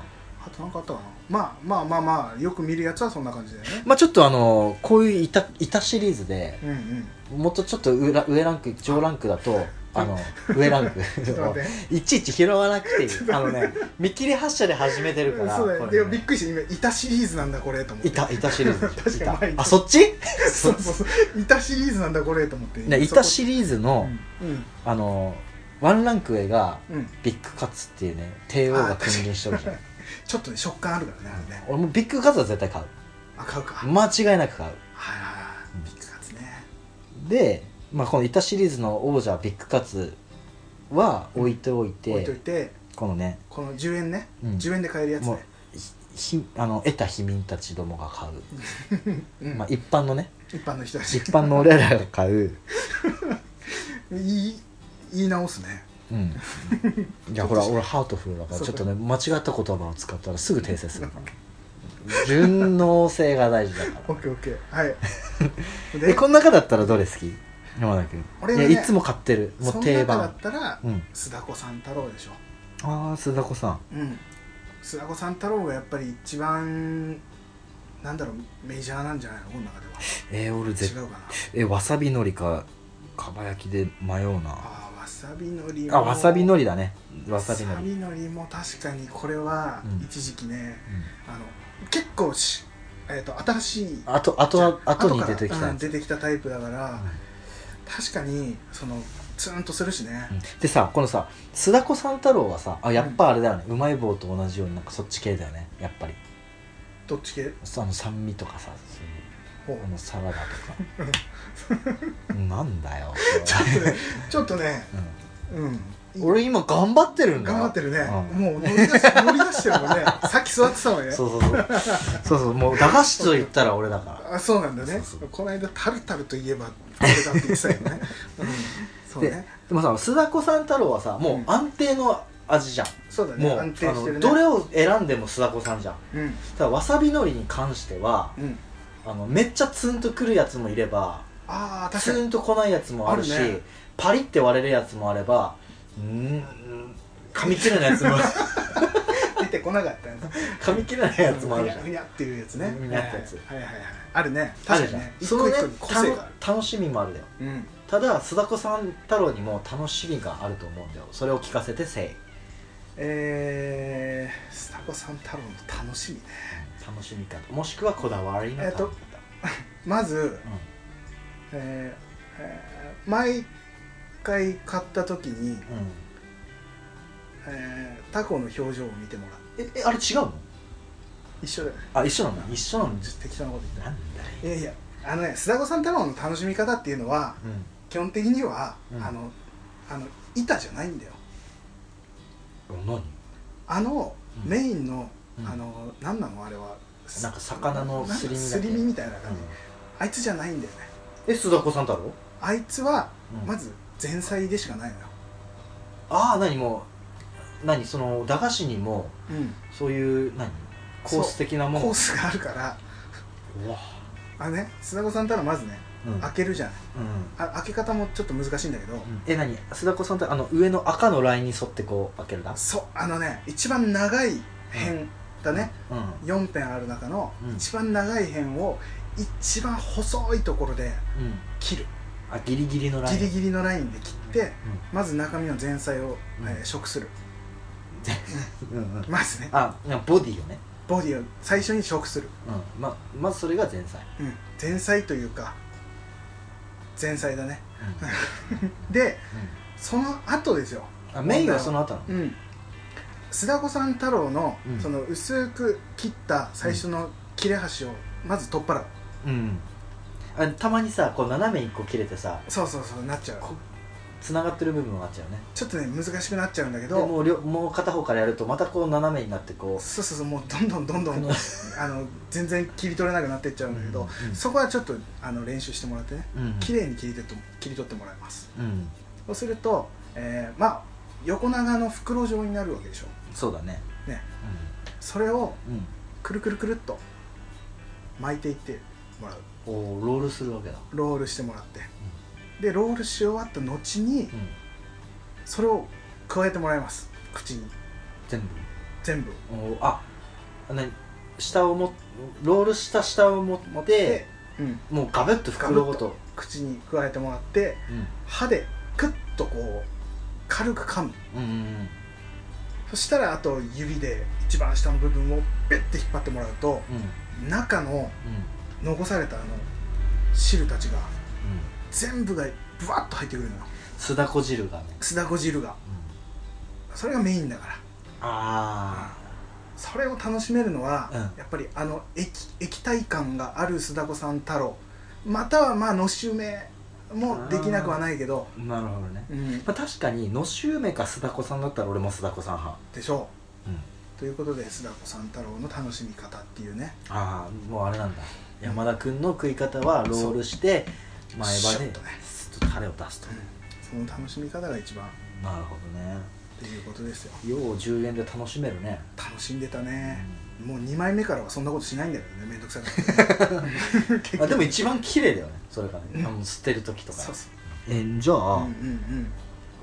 Speaker 1: あとなんかあったかなまあまあまあまあよく見るやつはそんな感じだよね
Speaker 2: まあちょっとあのこういういたいたシリーズで
Speaker 1: うんうん
Speaker 2: もっとちょっと裏上ランク上ランクだとあの上ランク
Speaker 1: ちょっと待って
Speaker 2: いちいち拾わなくていいあのね見切り発車で始めてるから
Speaker 1: そうだよ、
Speaker 2: こ
Speaker 1: で
Speaker 2: れ
Speaker 1: もび
Speaker 2: ね
Speaker 1: っくりして今「いた」シリーズなんだこれと思って
Speaker 2: いたいたシリーズでしょ
Speaker 1: *laughs* 確かに
Speaker 2: いたあそっち *laughs*
Speaker 1: そうそうそう「いた」シリーズなんだこれと思って
Speaker 2: ねいたシリーズ
Speaker 1: ー
Speaker 2: の、
Speaker 1: うん
Speaker 2: あのワンランク上が
Speaker 1: うん、うん、
Speaker 2: ビッグカツっていうね帝王が君臨してるじゃん
Speaker 1: ちょっとね食感あるからねあれね
Speaker 2: 俺もビッグカツは絶対買う
Speaker 1: あ買うか、
Speaker 2: 間違いなく買う
Speaker 1: はいはいは
Speaker 2: うん
Speaker 1: いビッグカツね
Speaker 2: で、まあ、このいたシリーズの王者ビッグカツは置いておいて、
Speaker 1: 置いといて
Speaker 2: このね、
Speaker 1: この10円ね、
Speaker 2: うん
Speaker 1: 10円で買えるやつ
Speaker 2: もう
Speaker 1: ね
Speaker 2: ひあの得た秘民たちどもが買う、
Speaker 1: うん
Speaker 2: まあ、一般のね
Speaker 1: 一般の人たち
Speaker 2: 一般の俺らが買う、
Speaker 1: 言い言い直すね *laughs*
Speaker 2: うん、いやほら俺ハートフルだからちょっとね間違った言葉を使ったらすぐ訂正するから順応性が大事だから
Speaker 1: オッケーオッケー
Speaker 2: *laughs*
Speaker 1: はい
Speaker 2: えこの中だったらどれ好き山田君
Speaker 1: 俺
Speaker 2: い
Speaker 1: はね
Speaker 2: やいつも買ってるも
Speaker 1: そうの
Speaker 2: 定
Speaker 1: 中だ
Speaker 2: 番
Speaker 1: ったら
Speaker 2: うん
Speaker 1: 須田子さん太郎でしょ
Speaker 2: ああ須田子さん
Speaker 1: うん須田子さん太郎がやっぱり一番なんだろうメジャーなんじゃないのこの中では
Speaker 2: えー、俺絶
Speaker 1: 違うかな
Speaker 2: えわさびのりかかば焼きで迷うな
Speaker 1: あーわさびのりも
Speaker 2: あわさびのりだねわ
Speaker 1: わ
Speaker 2: さ
Speaker 1: さ
Speaker 2: び
Speaker 1: び
Speaker 2: のり、
Speaker 1: のりも確かにこれは
Speaker 2: うん
Speaker 1: 一時期ね、
Speaker 2: うん
Speaker 1: あの結構し、えー、と新しい
Speaker 2: あとあとあとに
Speaker 1: から
Speaker 2: 出てきた
Speaker 1: う
Speaker 2: や
Speaker 1: ん
Speaker 2: つ、
Speaker 1: 出てきたタイプだから、
Speaker 2: うん
Speaker 1: 確かにそのツーンとするしね、
Speaker 2: でさこのさ須田子三太郎はさあやっぱあれだよね、うまい棒と同じようになんかそっち系だよねやっぱり
Speaker 1: どっち系
Speaker 2: そあの酸味とかさそういう
Speaker 1: ほう
Speaker 2: あのサラダ
Speaker 1: *laughs*
Speaker 2: とかなんだよ、
Speaker 1: ちょっとねちょっとね
Speaker 2: う
Speaker 1: うん
Speaker 2: ん、俺今頑張ってるんだよ
Speaker 1: 頑張ってるね、
Speaker 2: うん
Speaker 1: もう乗り出
Speaker 2: *laughs*
Speaker 1: し乗り出してるもんねさっき座ってたもんね
Speaker 2: そうそうそうそうそうもう駄菓子と言ったら俺だから
Speaker 1: あそうなんだね
Speaker 2: そうそう
Speaker 1: この間タルタルといえばこれだって言ってたよね、うん、そうね
Speaker 2: でもさ須田子三太郎はさもう安定の味じゃん、
Speaker 1: そうだね
Speaker 2: もう、
Speaker 1: 安定してる
Speaker 2: あの
Speaker 1: ね
Speaker 2: どれを選んでも須田子さんじゃん
Speaker 1: うん
Speaker 2: ただわさびのりに関しては
Speaker 1: うん
Speaker 2: あのめっちゃツンとくるやつもいれば
Speaker 1: ああ確か
Speaker 2: ツ
Speaker 1: に
Speaker 2: ンとこないやつもあるし
Speaker 1: あるね
Speaker 2: パリって割れるやつもあればうーん噛み切れないやつも
Speaker 1: 出てこなかったやつ
Speaker 2: *laughs* 噛み切れないやつもあるじゃ
Speaker 1: ふにゃふにゃっていうやつね
Speaker 2: ふにゃってやつ
Speaker 1: はいはいはいはいあるね
Speaker 2: んあ
Speaker 1: 確
Speaker 2: る
Speaker 1: かに
Speaker 2: じゃん
Speaker 1: ね一
Speaker 2: その
Speaker 1: 個
Speaker 2: ね
Speaker 1: 一個に個性がある
Speaker 2: たの楽しみもあるだよ
Speaker 1: うん
Speaker 2: ただ須田子さん太郎にも楽しみがあると思うんだよそれを聞かせて誠意
Speaker 1: えースタコさん太郎の楽しみね
Speaker 2: 楽しみ方もしくはこだわりの
Speaker 1: えっ
Speaker 2: 食べ
Speaker 1: と
Speaker 2: 方、
Speaker 1: まず
Speaker 2: うん
Speaker 1: えーえー毎回買った時に
Speaker 2: うん、
Speaker 1: えータコの表情を見てもらう
Speaker 2: ええあれ違うの
Speaker 1: 一緒だよね
Speaker 2: あ一緒なんだ一緒なんだ
Speaker 1: ちょっと適当なこと言っ
Speaker 2: なんだよ
Speaker 1: たいやいやあのね須田子さん太郎の楽しみ方っていうのは
Speaker 2: うん
Speaker 1: 基本的には、
Speaker 2: うん
Speaker 1: あのあの板じゃないんだよ
Speaker 2: 何
Speaker 1: あの
Speaker 2: うん
Speaker 1: メインの、
Speaker 2: うん
Speaker 1: あの何なのあれは
Speaker 2: なんか魚のす
Speaker 1: なん
Speaker 2: り身だ
Speaker 1: かす
Speaker 2: け
Speaker 1: り身みたいな感じ、
Speaker 2: う
Speaker 1: あいつじゃないんだよね
Speaker 2: んえ須田子さん太郎、
Speaker 1: あいつは
Speaker 2: うん
Speaker 1: まず前菜でしかないのよ、
Speaker 2: ああ何もう何その駄菓子にも
Speaker 1: うん、
Speaker 2: そういう何コース的なもの
Speaker 1: コースがあるから
Speaker 2: うわ
Speaker 1: あのね須田子さんたらまずね
Speaker 2: うん、うん
Speaker 1: 開けるじゃないあ開け方もちょっと難しいんだけど、
Speaker 2: うんえ何須田子さんってあの上の赤のラインに沿ってこう開けるな
Speaker 1: そうあのね一番長い辺だね、
Speaker 2: うん
Speaker 1: 4辺ある中の
Speaker 2: うん
Speaker 1: 一番長い辺を一番細いところで
Speaker 2: うん
Speaker 1: 切る
Speaker 2: あギリギリのライン
Speaker 1: ギリギリのラインで切って
Speaker 2: う
Speaker 1: まず中身の前菜を、
Speaker 2: うん
Speaker 1: えー食する
Speaker 2: んうんうん
Speaker 1: まずね
Speaker 2: あいやボディよね
Speaker 1: ボディを最初に食する、
Speaker 2: うんままずそれが前菜
Speaker 1: うん、前菜というか前菜だねでその後ですよ、
Speaker 2: あメインはその後なの
Speaker 1: うん、須田子さん太郎の,、
Speaker 2: うん
Speaker 1: その薄く切った最初の切れ端をまず取っ払う、
Speaker 2: うんあたまにさこう斜め一個切れてさ
Speaker 1: そうそうそうなっちゃう
Speaker 2: こつながってる部分があっちゃうね
Speaker 1: ちょっとね難しくなっちゃうんだけ
Speaker 2: で
Speaker 1: ど
Speaker 2: もう両もう片方からやるとまたこう斜めになってこう
Speaker 1: そうそうそうもうどんどんどんどん *laughs* あの全然切り取れなくなっていっちゃうんだけど、
Speaker 2: うん
Speaker 1: そこはちょっとあの練習してもらってね
Speaker 2: うん
Speaker 1: 綺麗に切り取って切り取ってもらいます
Speaker 2: うん
Speaker 1: そうすると、えーまあ横長の袋状になるわけでしょ
Speaker 2: そうだね
Speaker 1: ねそれを
Speaker 2: うん、うん、
Speaker 1: くるくるくるっと巻いていってもらう
Speaker 2: おーロールするわけだ
Speaker 1: ロールしてもらって、でロールし終わった後に
Speaker 2: うん
Speaker 1: それを加えてもらいます口に
Speaker 2: 全部
Speaker 1: 全部
Speaker 2: おーあなに下をもロールした下を持って
Speaker 1: 持って、うん、
Speaker 2: もうガブッと袋ごと
Speaker 1: 口に加えてもらって
Speaker 2: うん
Speaker 1: 歯でクッとこう軽く噛む
Speaker 2: うんうん
Speaker 1: そしたらあと指で一番下の部分をベッて引っ張ってもらうと
Speaker 2: うんうん
Speaker 1: 中の残されたあの汁たちが
Speaker 2: うん
Speaker 1: 全部がブワッと入ってくるのよ
Speaker 2: 酢だこ汁がね、
Speaker 1: 酢だこ汁がそれがメインだから
Speaker 2: あ
Speaker 1: それを楽しめるのは、
Speaker 2: うん
Speaker 1: やっぱりあの液液体感がある須田子さん太郎またはまあのし梅もできなくはないけど、
Speaker 2: あなるほどね、
Speaker 1: うん、
Speaker 2: まあ、確かにのし梅か酢だこさんだったら俺も酢だこさん派
Speaker 1: でしょうということで須田子三太郎の楽しみ方っていうね
Speaker 2: ああもうあれなんだ山田君の食い方はロールして前歯
Speaker 1: シュ
Speaker 2: で
Speaker 1: ッとね
Speaker 2: スッとタレを出すと、
Speaker 1: その楽しみ方が一番
Speaker 2: なるほどね
Speaker 1: っていうことですよ
Speaker 2: よう10円で楽しめるね
Speaker 1: 楽しんでたねもう2枚目からはそんなことしないんだけどねめんどくさくて
Speaker 2: *laughs* あでも一番綺麗だよねそれがねあの捨てる時とか
Speaker 1: そうそ
Speaker 2: えじゃ
Speaker 1: うう
Speaker 2: あ、
Speaker 1: んうん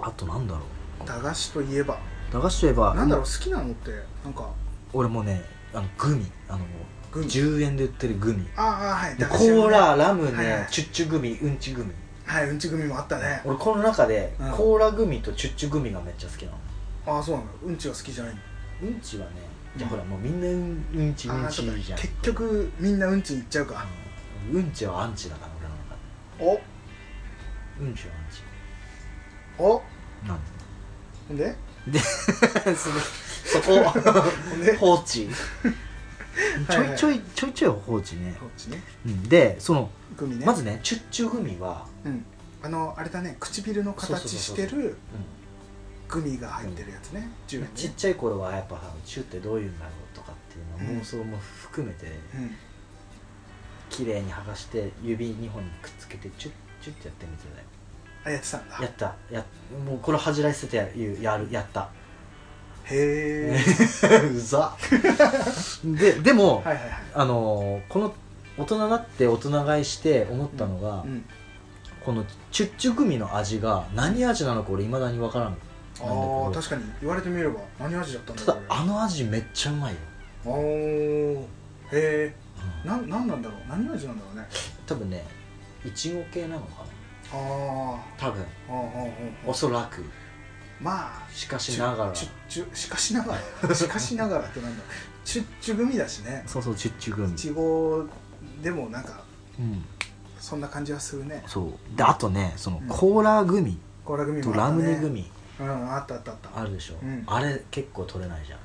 Speaker 2: あとなんだろ
Speaker 1: うん駄菓子といえば
Speaker 2: う駄菓子といえば
Speaker 1: なんだろう好きなのってなんか
Speaker 2: 俺もねあのグミあの
Speaker 1: グミ
Speaker 2: 10円で売ってるグミ
Speaker 1: ああはい
Speaker 2: で
Speaker 1: 駄
Speaker 2: コ
Speaker 1: 菓子屋の
Speaker 2: ー
Speaker 1: ね
Speaker 2: ララムネ、
Speaker 1: はいはい
Speaker 2: チュッチュグミうんちグミ
Speaker 1: はいうんち組もあったね
Speaker 2: 俺この中で、
Speaker 1: うん
Speaker 2: コーラグミとチュッチュグミがめっちゃ好きなの
Speaker 1: ああそうなのうんちは好きじゃないの
Speaker 2: うんちはねいや
Speaker 1: うん
Speaker 2: ほらもうみんなうんうんちうん
Speaker 1: ああ
Speaker 2: ち
Speaker 1: そう
Speaker 2: い
Speaker 1: だ
Speaker 2: いじゃん
Speaker 1: 結局みんなうんちに行っちゃうか
Speaker 2: うんうんちはアンチだから俺の
Speaker 1: お
Speaker 2: 中でうんちはアンチ
Speaker 1: お
Speaker 2: なん
Speaker 1: ほんで
Speaker 2: でそれ *laughs* そ
Speaker 1: ほんで
Speaker 2: こ放置ち
Speaker 1: はい
Speaker 2: ょ
Speaker 1: はい
Speaker 2: いちょいちょいちょい放置ね
Speaker 1: こ、っちね
Speaker 2: うんでその
Speaker 1: 組ね
Speaker 2: まずねチュッチュグミは、
Speaker 1: うんあのあれだね唇の
Speaker 2: そう
Speaker 1: 形
Speaker 2: そう
Speaker 1: し
Speaker 2: そう
Speaker 1: て
Speaker 2: そ
Speaker 1: るグミが入ってるやつね10円
Speaker 2: ちっ
Speaker 1: ね
Speaker 2: ちゃい頃はやっぱチュってどういうんだろうとかっていうの
Speaker 1: うん
Speaker 2: は妄想も含めて
Speaker 1: うん
Speaker 2: 綺麗に剥がして指2本にくっつけてチュッチュってやってみてたよ
Speaker 1: あやってたんだ
Speaker 2: やったやもうこれ恥じらい捨ててやるやるやった
Speaker 1: へえ
Speaker 2: *laughs* うざででも、
Speaker 1: はいはいはい
Speaker 2: あのーこの大人になって大人買いして思ったのが、
Speaker 1: うん
Speaker 2: このチュッチュグミの味が何味なのか俺いまだに分からん
Speaker 1: あ
Speaker 2: なん
Speaker 1: ー
Speaker 2: だ
Speaker 1: 確かに言われてみれば何味だったんだ
Speaker 2: た
Speaker 1: ろ
Speaker 2: だ
Speaker 1: う
Speaker 2: あの味めっちゃうまいよ、
Speaker 1: おーへえ
Speaker 2: うん
Speaker 1: なんなんなんだろう何味なんだろうね
Speaker 2: 多分ねいちご系なのかな
Speaker 1: あーあーあ
Speaker 2: 多分
Speaker 1: ーあー
Speaker 2: お
Speaker 1: あー
Speaker 2: そらく
Speaker 1: まあ
Speaker 2: しかしながら
Speaker 1: チュッチュチュしかしながらしかしながらってなんだチュッチュ組だしね
Speaker 2: そうそうチュッチュグ
Speaker 1: いちごでもなんか
Speaker 2: うん、
Speaker 1: そんな感じはするね
Speaker 2: そうであとねその
Speaker 1: うん
Speaker 2: コーラグミ
Speaker 1: コーラ組
Speaker 2: と
Speaker 1: も
Speaker 2: ラ
Speaker 1: あった
Speaker 2: ム
Speaker 1: ね
Speaker 2: ネグミ
Speaker 1: うんあったあったあった
Speaker 2: あるでしょ、
Speaker 1: うん
Speaker 2: あれ結構取れないじゃん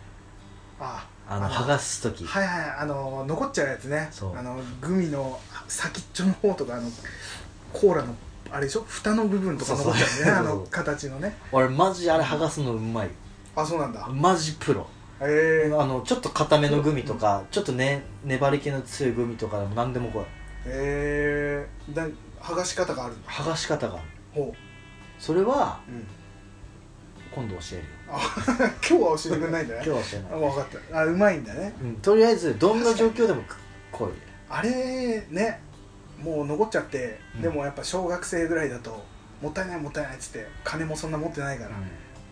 Speaker 1: あ
Speaker 2: あの剥がす時、
Speaker 1: はいはいあの残っちゃうやつね
Speaker 2: そう
Speaker 1: あのグミの先っちょの方とかあのコーラのあれでしょ蓋の部分とか残っちゃうんだよね
Speaker 2: そうそう
Speaker 1: あの形のね
Speaker 2: 俺マジあれ剥がすのうまい
Speaker 1: あそうなんだ
Speaker 2: マジプロ
Speaker 1: え
Speaker 2: あ
Speaker 1: え
Speaker 2: のちょっと硬めのグミとか、ちょっとね粘り気の強いグミとかでも何でもこう
Speaker 1: ええだ剥がし方があるんだ
Speaker 2: 剥がし方がある
Speaker 1: ほ
Speaker 2: それは
Speaker 1: う、うん、
Speaker 2: 今度教えるよ
Speaker 1: あ今日は教えてくれないんだね
Speaker 2: 今日は教え
Speaker 1: あ
Speaker 2: ない、
Speaker 1: 分かったあうまいんだね
Speaker 2: うん、とりあえずどんな状況でも来い
Speaker 1: あれねもう残っちゃって、
Speaker 2: うん
Speaker 1: でもやっぱ小学生ぐらいだともったいないもったいないっつって金もそんな持ってないから、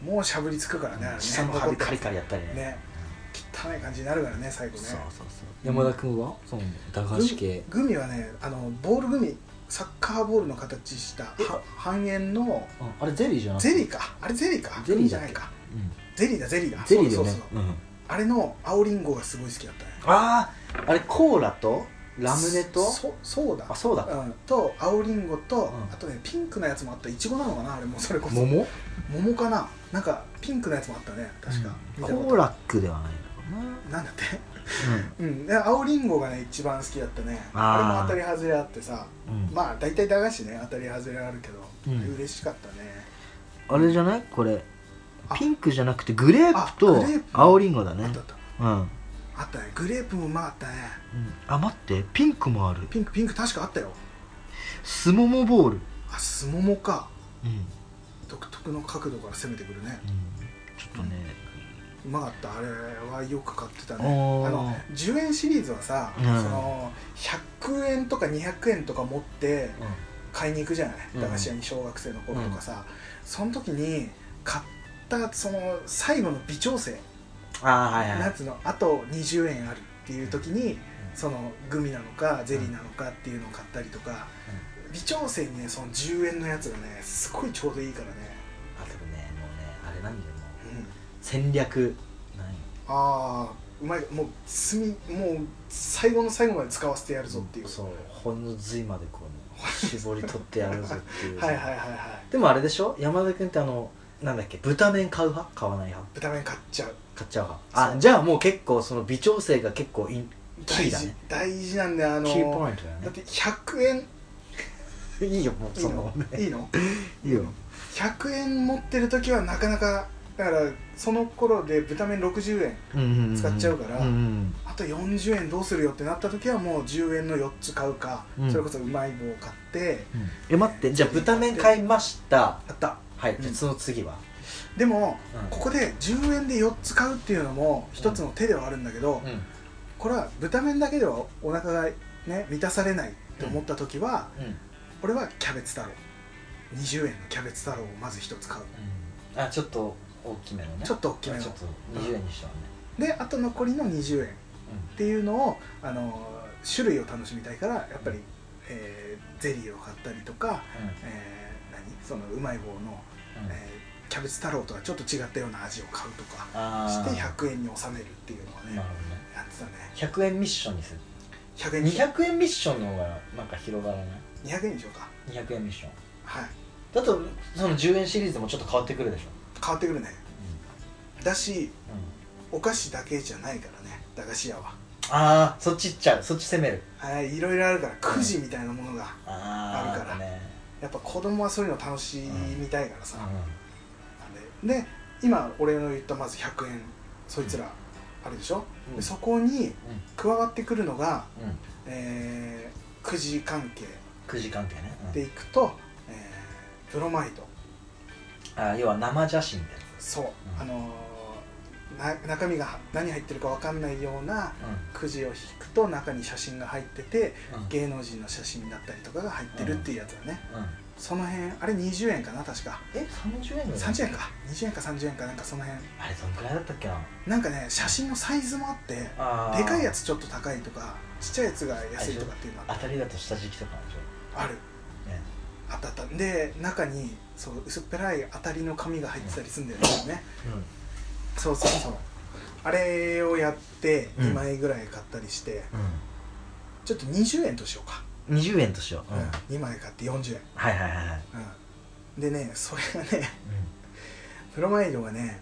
Speaker 1: もうしゃぶりつくからねあれね
Speaker 2: 下の
Speaker 1: 残
Speaker 2: 針
Speaker 1: って
Speaker 2: カリカリやったりね
Speaker 1: ね汚い感じになるからね最後ね
Speaker 2: そうそうそう山田君はその駄菓子系
Speaker 1: グミグミはねあのボールグミサッカーボールの形した
Speaker 2: え
Speaker 1: は半円の
Speaker 2: ああれゼリーじゃなく
Speaker 1: ゼ
Speaker 2: て
Speaker 1: リーかあれゼリーか
Speaker 2: ゼリーだっけ
Speaker 1: グミじゃないかゼリーだゼリーだ
Speaker 2: ゼリーだよね
Speaker 1: そうそうそう
Speaker 2: うん
Speaker 1: あれの青リンゴがすごい好きだったね
Speaker 2: あああれコーラとラムネと
Speaker 1: そそうだ
Speaker 2: あそうだ
Speaker 1: うん、と青りんごと、
Speaker 2: うん
Speaker 1: あとねピンクのやつもあったいちごなのかなあれもうそれこそ
Speaker 2: 桃
Speaker 1: 桃かななんかピンクのやつもあったね確か、
Speaker 2: うん
Speaker 1: 見たこ
Speaker 2: コ
Speaker 1: と
Speaker 2: ーラックではないのか
Speaker 1: なんだって
Speaker 2: な
Speaker 1: うんで青りんごがね一番好きだったねあ
Speaker 2: あー
Speaker 1: れも当たり外れあってさ
Speaker 2: うん
Speaker 1: まあ大体駄菓子ね当たり外れあるけど、
Speaker 2: うん
Speaker 1: 嬉しかったね
Speaker 2: あれじゃないこれ
Speaker 1: あ
Speaker 2: ピンクじゃなくてグレープ
Speaker 1: あ
Speaker 2: と
Speaker 1: グレープ
Speaker 2: 青りんごだ
Speaker 1: あ
Speaker 2: ね
Speaker 1: ったあった
Speaker 2: うん、うん
Speaker 1: あったねグレープもうまかったね
Speaker 2: あ待ってピンクもある
Speaker 1: ピンクピンク確かあったよ
Speaker 2: スモモボール、
Speaker 1: あすももか
Speaker 2: うん
Speaker 1: 独特の角度から攻めてくるね
Speaker 2: ちょっとね
Speaker 1: うまかったあれはよく買ってたね
Speaker 2: おー
Speaker 1: あの10円シリーズはさ、
Speaker 2: うん
Speaker 1: その100円とか200円とか持って買いに行くじゃない
Speaker 2: うん
Speaker 1: 駄菓子屋に小学生の頃とかさ、その時に買ったその最後の微調整
Speaker 2: ああはいはい
Speaker 1: なつうのあと20円あるっていう時にそのグミなのかゼリーなのかっていうのを買ったりとか、微調整にねその10円のやつがねすごいちょうどいいからね、
Speaker 2: あとねもうねあれなんだよもう
Speaker 1: うん、
Speaker 2: 戦略ない
Speaker 1: ああうまいもうすみもう最後の最後まで使わせてやるぞっていう、
Speaker 2: そうほんの髄までこう
Speaker 1: *laughs*
Speaker 2: ね絞り取ってやるぞっていう
Speaker 1: はいはいはいはい
Speaker 2: でもあれでしょ山田君ってあのなんだっけ豚麺買う派買わない派
Speaker 1: 豚麺買っちゃう
Speaker 2: 買っちゃう派
Speaker 1: そ
Speaker 2: あ
Speaker 1: う
Speaker 2: じゃあもう結構その微調整が結構イン
Speaker 1: 大
Speaker 2: キーだ
Speaker 1: 事
Speaker 2: ね
Speaker 1: 大事なんだよあの
Speaker 2: キーポイント
Speaker 1: だっ
Speaker 2: だ
Speaker 1: て100円
Speaker 2: ねいいよもう
Speaker 1: いい
Speaker 2: そ
Speaker 1: の
Speaker 2: の
Speaker 1: いいの
Speaker 2: いいよ
Speaker 1: 100円持ってる時はなかなかだからその頃で豚麺60円
Speaker 2: うん
Speaker 1: 使っちゃうから
Speaker 2: んん
Speaker 1: あと40円どうするよってなった時はもう10円の4つ買うか、
Speaker 2: うん
Speaker 1: それこそうまい棒買って
Speaker 2: うんえ待ってじゃあ豚麺買いました
Speaker 1: あった
Speaker 2: はい、
Speaker 1: うん
Speaker 2: その次は、
Speaker 1: でも、
Speaker 2: うん
Speaker 1: ここで10円で4つ買うっていうのも一つの手ではあるんだけど、
Speaker 2: うん
Speaker 1: これは豚麺だけではお腹がね満たされないって思った時は、俺はキャベツ太郎20円のキャベツ太郎をまず1つ買う
Speaker 2: あちょっと大きめのね
Speaker 1: ちょっと大きめの
Speaker 2: あちょっと20円にしたのね、
Speaker 1: であと残りの20円っていうのをあの種類を楽しみたいからやっぱり、えーゼリーを買ったりとか、
Speaker 2: うんうん
Speaker 1: えー何そのうまい棒の、えーキャベツ太郎とはちょっと違ったような味を買うとか
Speaker 2: あ
Speaker 1: し
Speaker 2: ー
Speaker 1: て100円に収めるっていうのはね、
Speaker 2: なるほどね
Speaker 1: やってたね
Speaker 2: 100円ミッションにする
Speaker 1: 100円に
Speaker 2: 200円ミッションの方がなんか広がらない
Speaker 1: 200円にしようか
Speaker 2: 200円ミッション
Speaker 1: はい
Speaker 2: だとその10円シリーズもちょっと変わってくるでしょ、
Speaker 1: 変わってくるねだし
Speaker 2: うん
Speaker 1: お菓子だけじゃないからね駄菓子屋は
Speaker 2: ああそっち行っちゃうそっち攻める
Speaker 1: はいいろいろあるからくじみたいなものが
Speaker 2: あー
Speaker 1: あるから
Speaker 2: ね、
Speaker 1: やっぱ子供はそういうの楽しみたいからさ、
Speaker 2: う
Speaker 1: なんでで今俺の言ったまず100円そいつらあるでしょ、
Speaker 2: うん
Speaker 1: でそこに加わってくるのが、
Speaker 2: んうん
Speaker 1: えー、くじ関係
Speaker 2: 9時間ってね、うん
Speaker 1: でいくと、えーブロマイド
Speaker 2: あー要は生写真ってや
Speaker 1: そう、
Speaker 2: うん
Speaker 1: あのーな中身が何入ってるか分かんないような
Speaker 2: つ
Speaker 1: くじを引くと中に写真が入ってて
Speaker 2: うんうん
Speaker 1: 芸能人の写真だったりとかが入ってるっていうやつだね、
Speaker 2: うん
Speaker 1: その辺あれ20円かな確か
Speaker 2: え30円ぐらい
Speaker 1: 30円か20円か30円かなんかその辺
Speaker 2: あれどんくらいだったっけな
Speaker 1: なんかね写真のサイズもあって
Speaker 2: あー
Speaker 1: でかいやつちょっと高いとかちっちゃいやつが安いとかっていうの
Speaker 2: 当
Speaker 1: は
Speaker 2: たりだと下敷きとかなんでしょ
Speaker 1: ある
Speaker 2: ね
Speaker 1: あったあったで中にそう薄っぺらい当たりの紙が入ってたりするんだよねそうそうそうあれをやって
Speaker 2: うん
Speaker 1: 2枚ぐらい買ったりして、ちょっと20円としようか、
Speaker 2: うん20円としよう、
Speaker 1: う
Speaker 2: うんん、
Speaker 1: 2枚買って40円、
Speaker 2: はいはいはいはい
Speaker 1: うん、でねそれがねプロマイドがね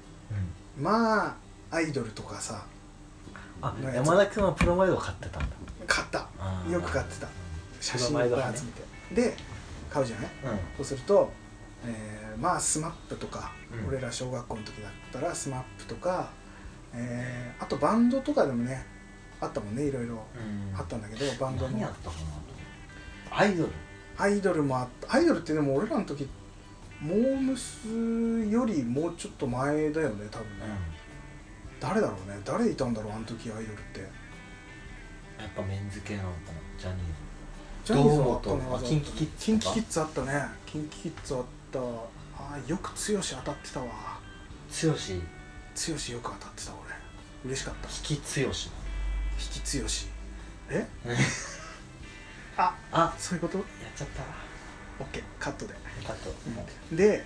Speaker 1: まあアイドルとかさ
Speaker 2: あ山田君はプロマイドを買ってたんだ
Speaker 1: 買った
Speaker 2: あー
Speaker 1: よく買ってた写真
Speaker 2: プ
Speaker 1: を
Speaker 2: ロ
Speaker 1: い
Speaker 2: マイ
Speaker 1: っ
Speaker 2: ド
Speaker 1: ぱい
Speaker 2: 派
Speaker 1: 集
Speaker 2: ね
Speaker 1: めて、で買うじゃないそうすると、えーまあスマップとか、
Speaker 2: うん
Speaker 1: 俺ら小学校の時だったらスマップとか、えーあとバンドとかでもねあったもんねいろいろ
Speaker 2: うん
Speaker 1: あったんだけど、バンド
Speaker 2: 何や
Speaker 1: の
Speaker 2: ったかなアイドル
Speaker 1: アイドルもあったアイドルってでも俺らの時モームスよりもうちょっと前だよね多分ね、誰だろうね誰いたんだろうあの時アイドルって
Speaker 2: やっぱメンズ系なのかなジャニーズ
Speaker 1: ジャニーズもあった
Speaker 2: 堂本
Speaker 1: の
Speaker 2: あキンキキッズとか
Speaker 1: キンキキッズあったねキンキキッズあったあーよく剛当たってたわ
Speaker 2: 剛
Speaker 1: 剛
Speaker 2: 引
Speaker 1: よく当たってた俺嬉しかった
Speaker 2: き
Speaker 1: 引
Speaker 2: 剛
Speaker 1: き強し *laughs* え
Speaker 2: うん
Speaker 1: あ
Speaker 2: あ
Speaker 1: そういうことオッ
Speaker 2: やっちゃった
Speaker 1: ケーカットで
Speaker 2: カット
Speaker 1: で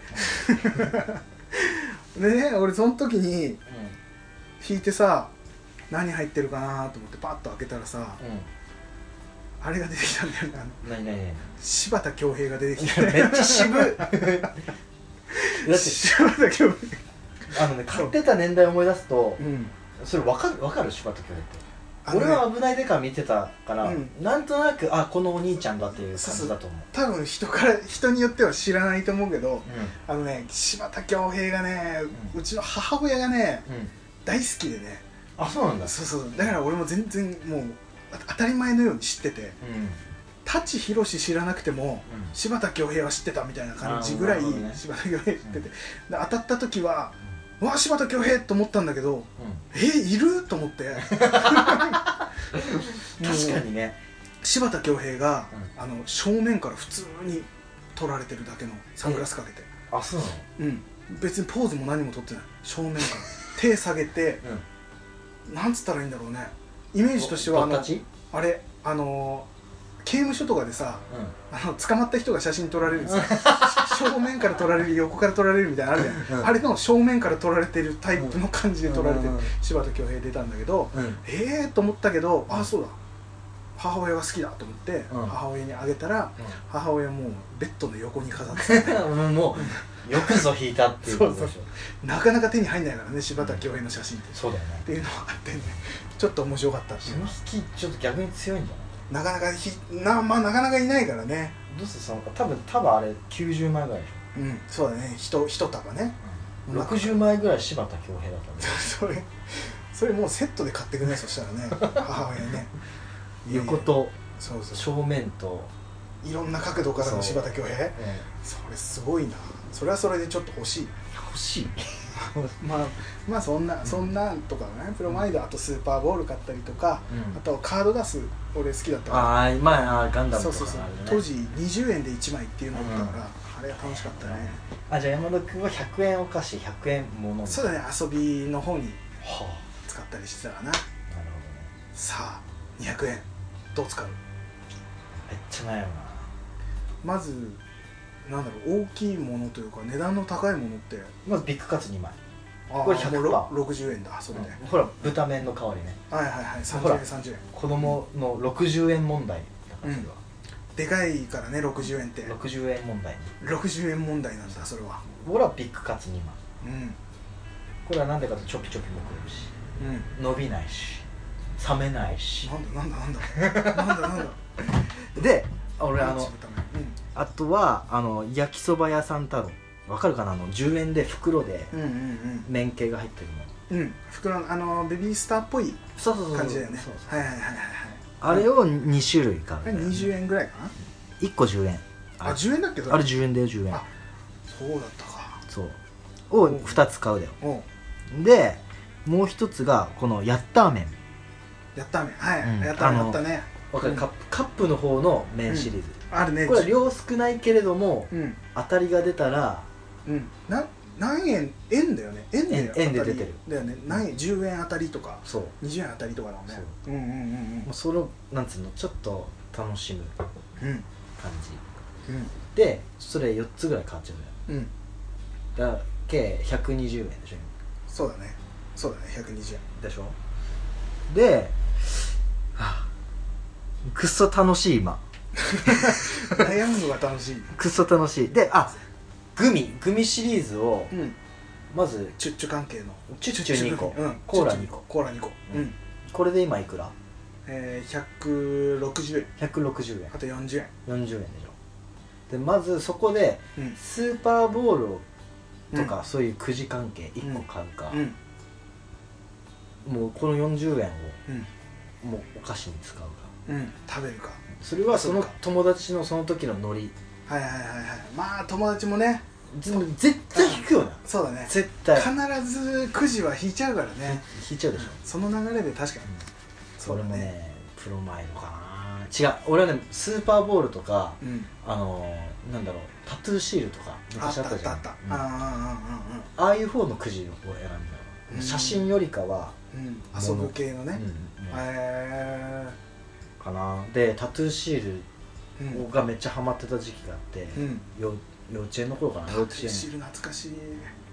Speaker 1: *laughs* でね俺その時に
Speaker 2: う
Speaker 1: 引いてさ何入ってるかなと思ってパッと開けたらさ
Speaker 2: んうん
Speaker 1: あれが出てきたんだよねあの
Speaker 2: 何何何
Speaker 1: 柴田恭平が出てきた
Speaker 2: めっちゃ渋い *laughs* だって
Speaker 1: 柴田恭平
Speaker 2: あのね買ってた年代思い出すと
Speaker 1: うん
Speaker 2: それわかるわかる柴田恭平って
Speaker 1: あのね
Speaker 2: 俺は「危ないデカ」見てたから、
Speaker 1: うん
Speaker 2: なんとなくあこのお兄ちゃんだっていう感じだと思う
Speaker 1: 多分人から人によっては知らないと思うけど
Speaker 2: う
Speaker 1: あのね柴田恭平がね、う
Speaker 2: うん
Speaker 1: ちの母親がね
Speaker 2: ん、うん、
Speaker 1: 大好きでね
Speaker 2: あそうなんだ
Speaker 1: そうそうだから俺も全然もうあ当たり前のように知ってて
Speaker 2: うん、うん、
Speaker 1: 舘ひろし知らなくても柴田恭平は知ってたみたいな感じぐらい
Speaker 2: あーなるほどね
Speaker 1: 柴田恭平知ってて、で当たった時は「うわ柴田恭平!」と思ったんだけど「えいる?」と思って
Speaker 2: *laughs* 確かにね
Speaker 1: 柴田恭平が、
Speaker 2: う
Speaker 1: あの正面から普通に撮られてるだけのサングラスかけて、
Speaker 2: あそうな
Speaker 1: うん、別にポーズも何も撮ってない正面から *laughs* 手下げて
Speaker 2: の、うん、
Speaker 1: なんつったらいいんだろうねイメージとしてはあ
Speaker 2: ぼ
Speaker 1: の
Speaker 2: ったち
Speaker 1: あれあのー刑務所とかでさ
Speaker 2: うん
Speaker 1: あの捕まった人が写真撮られ
Speaker 2: *laughs*
Speaker 1: るさ正面から撮られる横から撮られるみたいなのあるじゃん、
Speaker 2: うん
Speaker 1: あれの正面から撮られてるタイプの感じで撮られてる、
Speaker 2: うん
Speaker 1: 柴田恭平出たんだけど、
Speaker 2: うん
Speaker 1: ええー、と思ったけどあそうだ母親が好きだと思って、
Speaker 2: うん
Speaker 1: 母親にあげたら母親もうベッドの横に飾って *laughs* た
Speaker 2: うん、 *laughs* もうよくぞ引いたっていうことでしょ
Speaker 1: そうなかなか手に入んないからね柴田恭平の写真って、
Speaker 2: そうだよね
Speaker 1: っていうのがあってねちょっと面白かったってい
Speaker 2: そう
Speaker 1: の
Speaker 2: の
Speaker 1: は
Speaker 2: 引きちょっと逆に強いんじゃな
Speaker 1: な
Speaker 2: い
Speaker 1: かなかひな,、まあ、なかなかいないからね
Speaker 2: どうせその多分多分あれ90万ぐらいでしょ
Speaker 1: うんそうだねひと一束ね *laughs*
Speaker 2: う60枚ぐらい柴田恭平だったんで
Speaker 1: それそれもうセットで買ってくねそしたらね母親にねいやいや
Speaker 2: 横と
Speaker 1: そうそ
Speaker 2: 正面と、
Speaker 1: ういろんな角度からの柴田恭平それすごいなそれはそれでちょっと欲しい
Speaker 2: 欲しい
Speaker 1: *laughs* まあまあそんなそんなんとかねプロマイドあとスーパーボール買ったりとか、
Speaker 2: うん
Speaker 1: あとカード出す俺好きだったから
Speaker 2: ああまああーガンダム
Speaker 1: そ
Speaker 2: と
Speaker 1: う
Speaker 2: か
Speaker 1: そうそう
Speaker 2: あるよね
Speaker 1: 当時20円で1枚っていうのだったから、あれは楽しかったね、
Speaker 2: あじゃあ山田君は100円お菓子100円もの
Speaker 1: そうだね遊びの方に
Speaker 2: は
Speaker 1: 使ったりしてたらな
Speaker 2: あなるほどね
Speaker 1: さあ200円どう使う
Speaker 2: めっちゃ悩むな
Speaker 1: まずなんだろう大きいものというか値段の高いものって
Speaker 2: まずビッグカツ2枚、
Speaker 1: ああ
Speaker 2: これ100%
Speaker 1: もうろ60円だそれで、
Speaker 2: うんほら豚麺の代わりね
Speaker 1: はいはいはい
Speaker 2: ほ
Speaker 1: 30円
Speaker 2: ら
Speaker 1: 30円
Speaker 2: 子供の60円問題だからそれは、
Speaker 1: でかいからね60円って
Speaker 2: 60円問題に
Speaker 1: 60円問題なんだそれは
Speaker 2: 俺はビッグカツ2枚
Speaker 1: うん
Speaker 2: これはなんでかとちょぴちょぴも食えるし
Speaker 1: うん
Speaker 2: 伸びないし冷めないし
Speaker 1: なんだなんだなんだなんだなんだ
Speaker 2: で俺あ
Speaker 1: うん
Speaker 2: のあとはあの焼きそば屋さん太郎わかるかなあの10円で袋で
Speaker 1: うんうんうん
Speaker 2: 麺系が入ってるの
Speaker 1: うんうん袋のあのベビースターっぽい
Speaker 2: そうそうそう
Speaker 1: 感じだよね
Speaker 2: そうそう
Speaker 1: はいはいはいはい
Speaker 2: あれを2種類買う
Speaker 1: はい20円ぐらいか
Speaker 2: 1個10円
Speaker 1: なあ10円だっけど
Speaker 2: あれ10円だよ10円
Speaker 1: あそうだったか
Speaker 2: そうを2つ買うだよ
Speaker 1: おう
Speaker 2: でもう一つがこのヤッター麺
Speaker 1: やったねはい、
Speaker 2: うん
Speaker 1: やった
Speaker 2: あ
Speaker 1: ね
Speaker 2: の
Speaker 1: やったね
Speaker 2: わかる
Speaker 1: うん
Speaker 2: カップカップの方の麺シリーズ、
Speaker 1: あるね
Speaker 2: これは量少ないけれども
Speaker 1: うん
Speaker 2: 当たりが出たら
Speaker 1: うんな何円円だよね円だよ
Speaker 2: 円円で
Speaker 1: 当たり
Speaker 2: 出てる
Speaker 1: だよね何円10円当たりとか
Speaker 2: そう
Speaker 1: 20円当たりとかだもんねうんうん
Speaker 2: もうそのなんつうのちょっと楽しむ
Speaker 1: うんうんうん
Speaker 2: 感じでそれ4つぐらい買っちゃう
Speaker 1: うんうん
Speaker 2: じゃんだから計120円でしょ
Speaker 1: そうだねそうだね120円
Speaker 2: でしょではあくっそ楽しい今
Speaker 1: 悩むのが楽しい
Speaker 2: くっそ楽しいであグミグミシリーズを
Speaker 1: うん
Speaker 2: まず
Speaker 1: チュッチュ関係の
Speaker 2: チュッチュ2個、
Speaker 1: うん
Speaker 2: コーラ2個
Speaker 1: コーラ2個う
Speaker 2: うん
Speaker 1: ん
Speaker 2: これで今いくら
Speaker 1: えー160円
Speaker 2: 160円
Speaker 1: あと40円
Speaker 2: 40円でしょでまずそこで
Speaker 1: うん
Speaker 2: スーパーボールをとか、
Speaker 1: う
Speaker 2: そういうくじ関係1個買うか
Speaker 1: う、ん
Speaker 2: もうこの40円
Speaker 1: うん
Speaker 2: をもうお菓子に使うか
Speaker 1: うん食べるか
Speaker 2: それはそ
Speaker 1: そう
Speaker 2: の
Speaker 1: か
Speaker 2: 友達のその時のノリ
Speaker 1: はいはいはいはいまあ友達もね
Speaker 2: ぜ絶対引くよな
Speaker 1: そうだね
Speaker 2: 絶対
Speaker 1: 必ずくじは引いちゃうからね
Speaker 2: 引いちゃうでしょ
Speaker 1: その流れで確かにそう
Speaker 2: 俺
Speaker 1: だ
Speaker 2: も
Speaker 1: ね
Speaker 2: ねプロマイドかな違う俺はねスーパーボールとか
Speaker 1: うん
Speaker 2: あのーなんだろうタトゥーシールとか
Speaker 1: あっ
Speaker 2: 昔
Speaker 1: たあ
Speaker 2: あ
Speaker 1: っ
Speaker 2: ったじ
Speaker 1: た
Speaker 2: ゃ
Speaker 1: あ
Speaker 2: ん
Speaker 1: ったあ
Speaker 2: うん
Speaker 1: あ
Speaker 2: あ
Speaker 1: あ
Speaker 2: あいう方のくじを選んだ
Speaker 1: うん
Speaker 2: の写真よりかは、
Speaker 1: あうん遊ぶ系のね
Speaker 2: うん
Speaker 1: へえ
Speaker 2: かなでタトゥーシー
Speaker 1: う
Speaker 2: ル
Speaker 1: ん
Speaker 2: がめっちゃハマってた時期があって、
Speaker 1: うん
Speaker 2: よ幼稚園の頃かな幼稚園
Speaker 1: シール懐かしい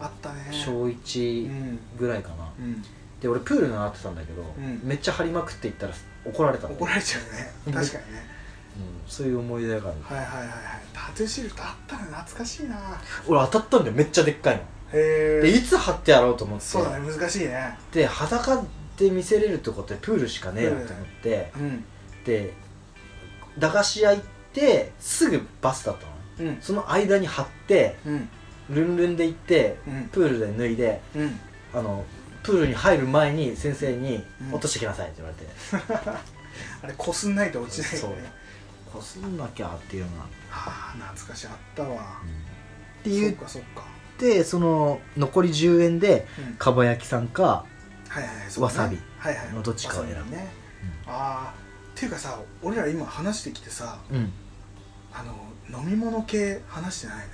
Speaker 1: あったね
Speaker 2: 小
Speaker 1: う
Speaker 2: 1
Speaker 1: ん
Speaker 2: ぐらいかな、
Speaker 1: うん
Speaker 2: で俺プール習ってたんだけど、
Speaker 1: ん
Speaker 2: めっちゃ張りまくっていったら怒られたの
Speaker 1: 怒られちゃうね確かにね
Speaker 2: うん、そういう思い出がある
Speaker 1: はいはいはいはいタトゥーシールってあったら懐かしいな
Speaker 2: 俺当たったんだよめっちゃでっかいの
Speaker 1: へ
Speaker 2: で
Speaker 1: え
Speaker 2: いつ貼ってやろうと思って
Speaker 1: そうだね難しいね
Speaker 2: で裸で見せれるとこってプールしかねえなと思って、
Speaker 1: うん
Speaker 2: で駄菓子屋行ってすぐバスだったのね
Speaker 1: うん
Speaker 2: その間に貼って
Speaker 1: うん
Speaker 2: ルンルンで行って
Speaker 1: うん
Speaker 2: プールで脱いで
Speaker 1: うん
Speaker 2: あのプールに入る前に先生に
Speaker 1: うん
Speaker 2: 「落としてきなさい」って言われて、
Speaker 1: あれこすんないと落ちないよね
Speaker 2: こすんなきゃっていうのは、
Speaker 1: はあ懐かしいあったわ
Speaker 2: って
Speaker 1: そ
Speaker 2: 言
Speaker 1: っ
Speaker 2: っ
Speaker 1: かそっか
Speaker 2: てその残り10円で
Speaker 1: うん
Speaker 2: かば焼きさんか
Speaker 1: はいはいそうね
Speaker 2: わさび
Speaker 1: はいはい
Speaker 2: のどっちかを選ぶ
Speaker 1: わさびねああっていうかさ俺ら今話してきてさ
Speaker 2: うん
Speaker 1: あの飲み物系話してないね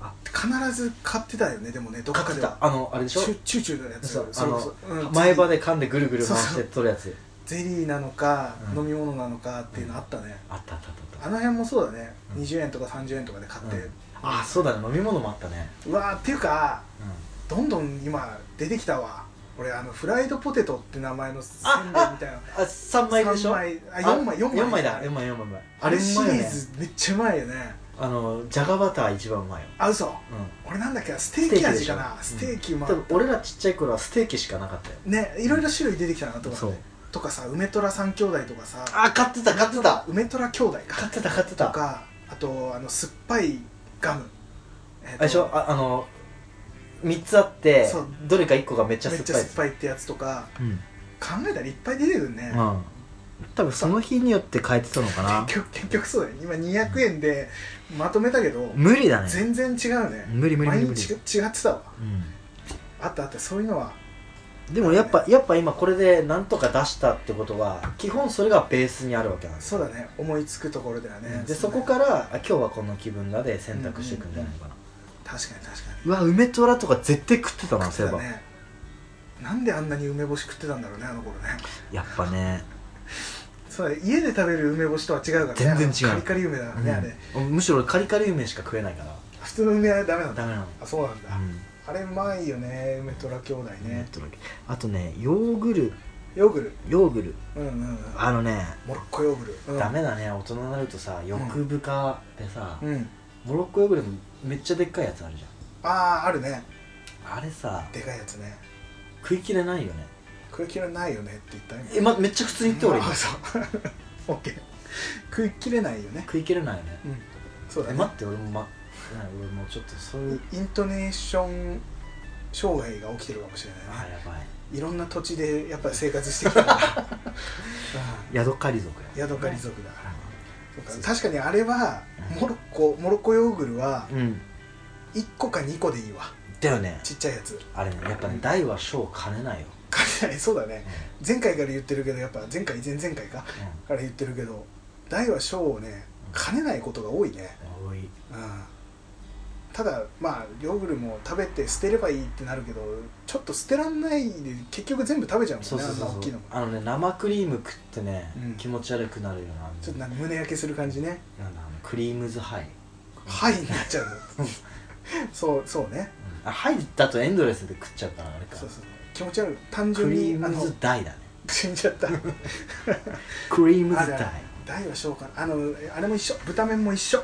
Speaker 2: あ
Speaker 1: 必ず買ってたよねでもねどっ
Speaker 2: 買
Speaker 1: か
Speaker 2: って
Speaker 1: で
Speaker 2: たあのあれでし
Speaker 1: チ
Speaker 2: ょ
Speaker 1: ュチューチューのやつ
Speaker 2: そう
Speaker 1: それこそ
Speaker 2: あ
Speaker 1: うん
Speaker 2: 前歯で噛んでぐるぐる回し
Speaker 1: そう
Speaker 2: て取るやつ
Speaker 1: ゼリーなのか、
Speaker 2: うん
Speaker 1: 飲み物なのかっていうのあったね、
Speaker 2: あったあったあったあっ
Speaker 1: あの辺もそうだね、
Speaker 2: うん
Speaker 1: 20円とか30円とかで買って、
Speaker 2: た、うんあそうだね飲み物もあったね、
Speaker 1: うわーっていうかどんどん今出てきたわ俺あのフライドポテトって名前のせんべいみたいな
Speaker 2: あ3枚でし
Speaker 1: 三
Speaker 2: ょ
Speaker 1: 枚あ4枚
Speaker 2: あ
Speaker 1: 4枚
Speaker 2: 四枚だ4枚4枚
Speaker 1: あれシリ
Speaker 2: うまいよ
Speaker 1: ー
Speaker 2: ね
Speaker 1: ズめっちゃうまいよね
Speaker 2: あのじゃがバター一番うまいよ、
Speaker 1: あ嘘
Speaker 2: う
Speaker 1: 俺なんだっけなステーキ味かなス
Speaker 2: ス
Speaker 1: テ
Speaker 2: テ
Speaker 1: ー
Speaker 2: ー
Speaker 1: キ
Speaker 2: ん、
Speaker 1: も
Speaker 2: 多分俺らちっちゃい頃はステーキしかなかったよ
Speaker 1: ねいろいろ種類出てきたなとか
Speaker 2: そう
Speaker 1: とかさ梅虎三兄弟とかさ
Speaker 2: あ買ってた買ってた
Speaker 1: 梅虎兄弟
Speaker 2: 買
Speaker 1: か
Speaker 2: ってた買って
Speaker 1: と
Speaker 2: た
Speaker 1: かあとあの酸っぱいガムえっと
Speaker 2: あれでしょああの
Speaker 3: 3つあって
Speaker 1: そう
Speaker 3: どれか1個がめっちゃ
Speaker 1: めっ
Speaker 3: 酸っ
Speaker 1: ちゃ酸
Speaker 3: ぱいで
Speaker 1: っ
Speaker 3: す
Speaker 1: ぱいってやつとか
Speaker 2: うん
Speaker 1: 考えたらいっぱい出てくるね、
Speaker 2: うん多分その日によって変えてたのかな
Speaker 1: 結局結局そうだよ今200円でまとめたけど、
Speaker 2: 無理だね
Speaker 1: 全然違うね
Speaker 2: 無理無理無理無理
Speaker 1: 毎日違ってたわ
Speaker 2: う
Speaker 1: あったあったそういうのは
Speaker 2: んでもやっぱやっぱ今これでなんとか出したってことは基本それがベースにあるわけなんですよ
Speaker 1: そうだね思いつくところではね
Speaker 2: でそこからあ今日はこの気分だで選択していくんじゃないかな
Speaker 1: 確かに確かに
Speaker 2: うわ梅トラとか絶対食ってたなそういえば
Speaker 1: ねなんであんなに梅干し食ってたんだろうねあの頃ね
Speaker 2: やっぱね
Speaker 1: そうだね家で食べる梅干しとは違うからね
Speaker 2: 全然違
Speaker 1: あの
Speaker 2: う
Speaker 1: カリカリ梅だからね、あれ
Speaker 2: うんむしろカリカリ梅しか食えないから
Speaker 1: 普通の梅はダメなんだ
Speaker 2: ダメなの
Speaker 1: あそうなんだ、
Speaker 2: うん
Speaker 1: あれうまいよね梅トラ兄弟ね
Speaker 2: あとねヨーグル
Speaker 1: ヨーグル
Speaker 2: ヨーグル
Speaker 1: うんうんうん
Speaker 2: あのね
Speaker 1: モロッコヨーグル、うん、
Speaker 2: ダメだね大人になるとさ欲深でさ、
Speaker 1: うん
Speaker 2: モロッコヨーグルトめっちゃでっかいやつあるじ
Speaker 1: あああるね
Speaker 2: ゃんあれさ
Speaker 1: でかいやつね
Speaker 2: 食い切れないよね
Speaker 1: 食い切れないよねって言ったね
Speaker 2: え、ま、めっちゃ普通に言って俺
Speaker 1: あ
Speaker 2: 今
Speaker 1: そう *laughs* オッケー食い切れないよね
Speaker 2: 食い切れないよね
Speaker 1: うんそうだ
Speaker 2: え
Speaker 1: ね、
Speaker 2: 待って俺も、ま、な俺もうちょっとそういう
Speaker 1: イントネーション障害が起きてるかもしれない
Speaker 2: あ
Speaker 1: ね
Speaker 2: やばい
Speaker 1: いろんな土地でやっぱり生活してきたからうん
Speaker 2: ヤドカリ族や
Speaker 1: ヤドカリ族だから、そうか確かにあれはモロッコモロッコヨーグルは
Speaker 2: うん
Speaker 1: 1個か2個でいいわ
Speaker 2: だよね
Speaker 1: ちっちゃいやつ
Speaker 2: あれねやっぱね大は小を兼ねないよ、
Speaker 1: かね *laughs* そうだね前回から言ってるけどやっぱ前回前々回かから言ってるけど大は小をね兼ねないことが多いね
Speaker 2: うん、多い
Speaker 1: うんただまあヨーグルも食べて捨てればいいってなるけどちょっと捨てらんないで結局全部食べちゃうもんね
Speaker 2: そうそうそ
Speaker 1: あ
Speaker 2: う
Speaker 1: んな大きい
Speaker 2: そ
Speaker 1: の
Speaker 2: う
Speaker 1: も
Speaker 2: あのね生クリーム食ってね、
Speaker 1: うん
Speaker 2: 気持ち悪くなるような
Speaker 1: ちょっとなんか胸焼けする感じね
Speaker 2: なんだあのクリームズハイ、
Speaker 1: はいになっちゃう
Speaker 2: *laughs*
Speaker 1: そうそうね
Speaker 2: うんあハイだとエンドレスで食っちゃうからあれか
Speaker 1: そうそう気持ち悪い単純
Speaker 2: クリ
Speaker 1: に
Speaker 2: ー
Speaker 1: あ
Speaker 2: ム
Speaker 1: の
Speaker 2: ズ大だね
Speaker 1: 死んじゃった
Speaker 2: クリーム
Speaker 1: あ
Speaker 2: ズ
Speaker 1: れ
Speaker 2: 大
Speaker 1: 大は小かなあのあれも一緒豚麺も一緒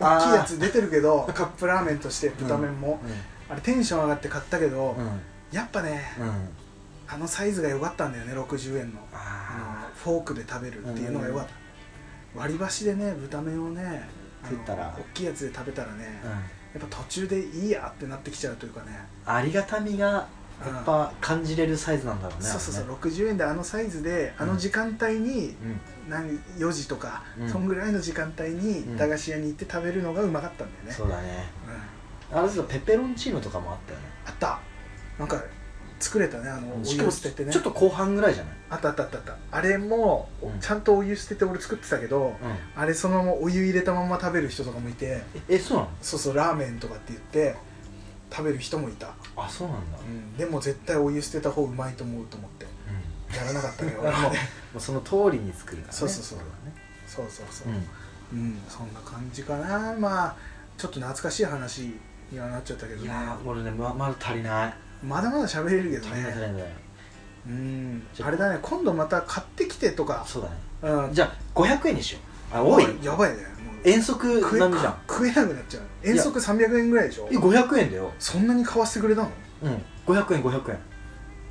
Speaker 2: あー
Speaker 1: 大きいやつ出てるけ
Speaker 2: *laughs*
Speaker 1: どカップラーメンとして豚麺も、あれテンション上がって買ったけど、
Speaker 2: うんうん
Speaker 1: やっぱね、
Speaker 2: うん
Speaker 1: あのサイズが良かったんだよね60円のあ
Speaker 2: あ
Speaker 1: のフォークで食べるっていうのが良かった、割り箸でね豚麺をねあの
Speaker 2: 食ったら
Speaker 1: 大きいやつで食べたらね、
Speaker 2: ーう
Speaker 1: や
Speaker 2: ん
Speaker 1: っぱ途中でいいやってなってきちゃうというかね
Speaker 2: ありがたみが
Speaker 1: うん
Speaker 2: やっぱ感じれるサイズなんだろうね
Speaker 1: そうそう
Speaker 2: あ
Speaker 1: そ
Speaker 2: れ
Speaker 1: う
Speaker 2: ね
Speaker 1: 60円であのサイズであの時間帯に
Speaker 2: うん
Speaker 1: 何4時とか、
Speaker 2: うん
Speaker 1: そんぐらいの時間帯
Speaker 2: う
Speaker 1: に
Speaker 2: ん
Speaker 1: 駄菓子屋に行って食べるのがうまかったんだよね、
Speaker 2: そうだね
Speaker 1: うん
Speaker 2: あれそうペペロンチーノとかもあったよね
Speaker 1: あったなんか作れたねあのお
Speaker 2: し
Speaker 1: 湯
Speaker 2: か
Speaker 1: を
Speaker 2: も
Speaker 1: 捨ててね
Speaker 2: ちょっと後半ぐらいじゃない
Speaker 1: あったあったあったあったあれも、
Speaker 2: うん
Speaker 1: ちゃんとお湯捨てて俺作ってたけど、あれそのままお湯入れたまま食べる人とかもいて
Speaker 2: ええそうなの
Speaker 1: そうそうラーメンとかって言って食べる人もいた、
Speaker 2: あそうなんだ
Speaker 1: う、ん、でも絶対お湯捨てた方うまいと思うと思ってやらなかったね俺はね
Speaker 2: *laughs* もうその通りに作るから、ね、
Speaker 1: そうそうそう
Speaker 2: れはね
Speaker 1: そうそうそうう、
Speaker 2: ん
Speaker 1: うんそんな感じかなまあちょっと懐かしい話にはなっちゃったけど
Speaker 2: い
Speaker 1: ね
Speaker 2: やー俺ねままだ足りない
Speaker 1: まだまだ喋れるけど
Speaker 2: 足りない足り
Speaker 1: ね
Speaker 2: ない足りない
Speaker 1: うん
Speaker 2: ちょっと
Speaker 1: あれだね今度また買ってきてとか
Speaker 2: そうだね
Speaker 1: うん
Speaker 2: じゃあ500円にしようあ多い
Speaker 1: やばいねもう
Speaker 2: 遠足
Speaker 1: 食え
Speaker 2: 並みじゃん
Speaker 1: 食えなくなっちゃう遠足300円ぐらいでしょ
Speaker 2: え500円だよ
Speaker 1: そんなに買わせてくれたの
Speaker 2: うん500円500円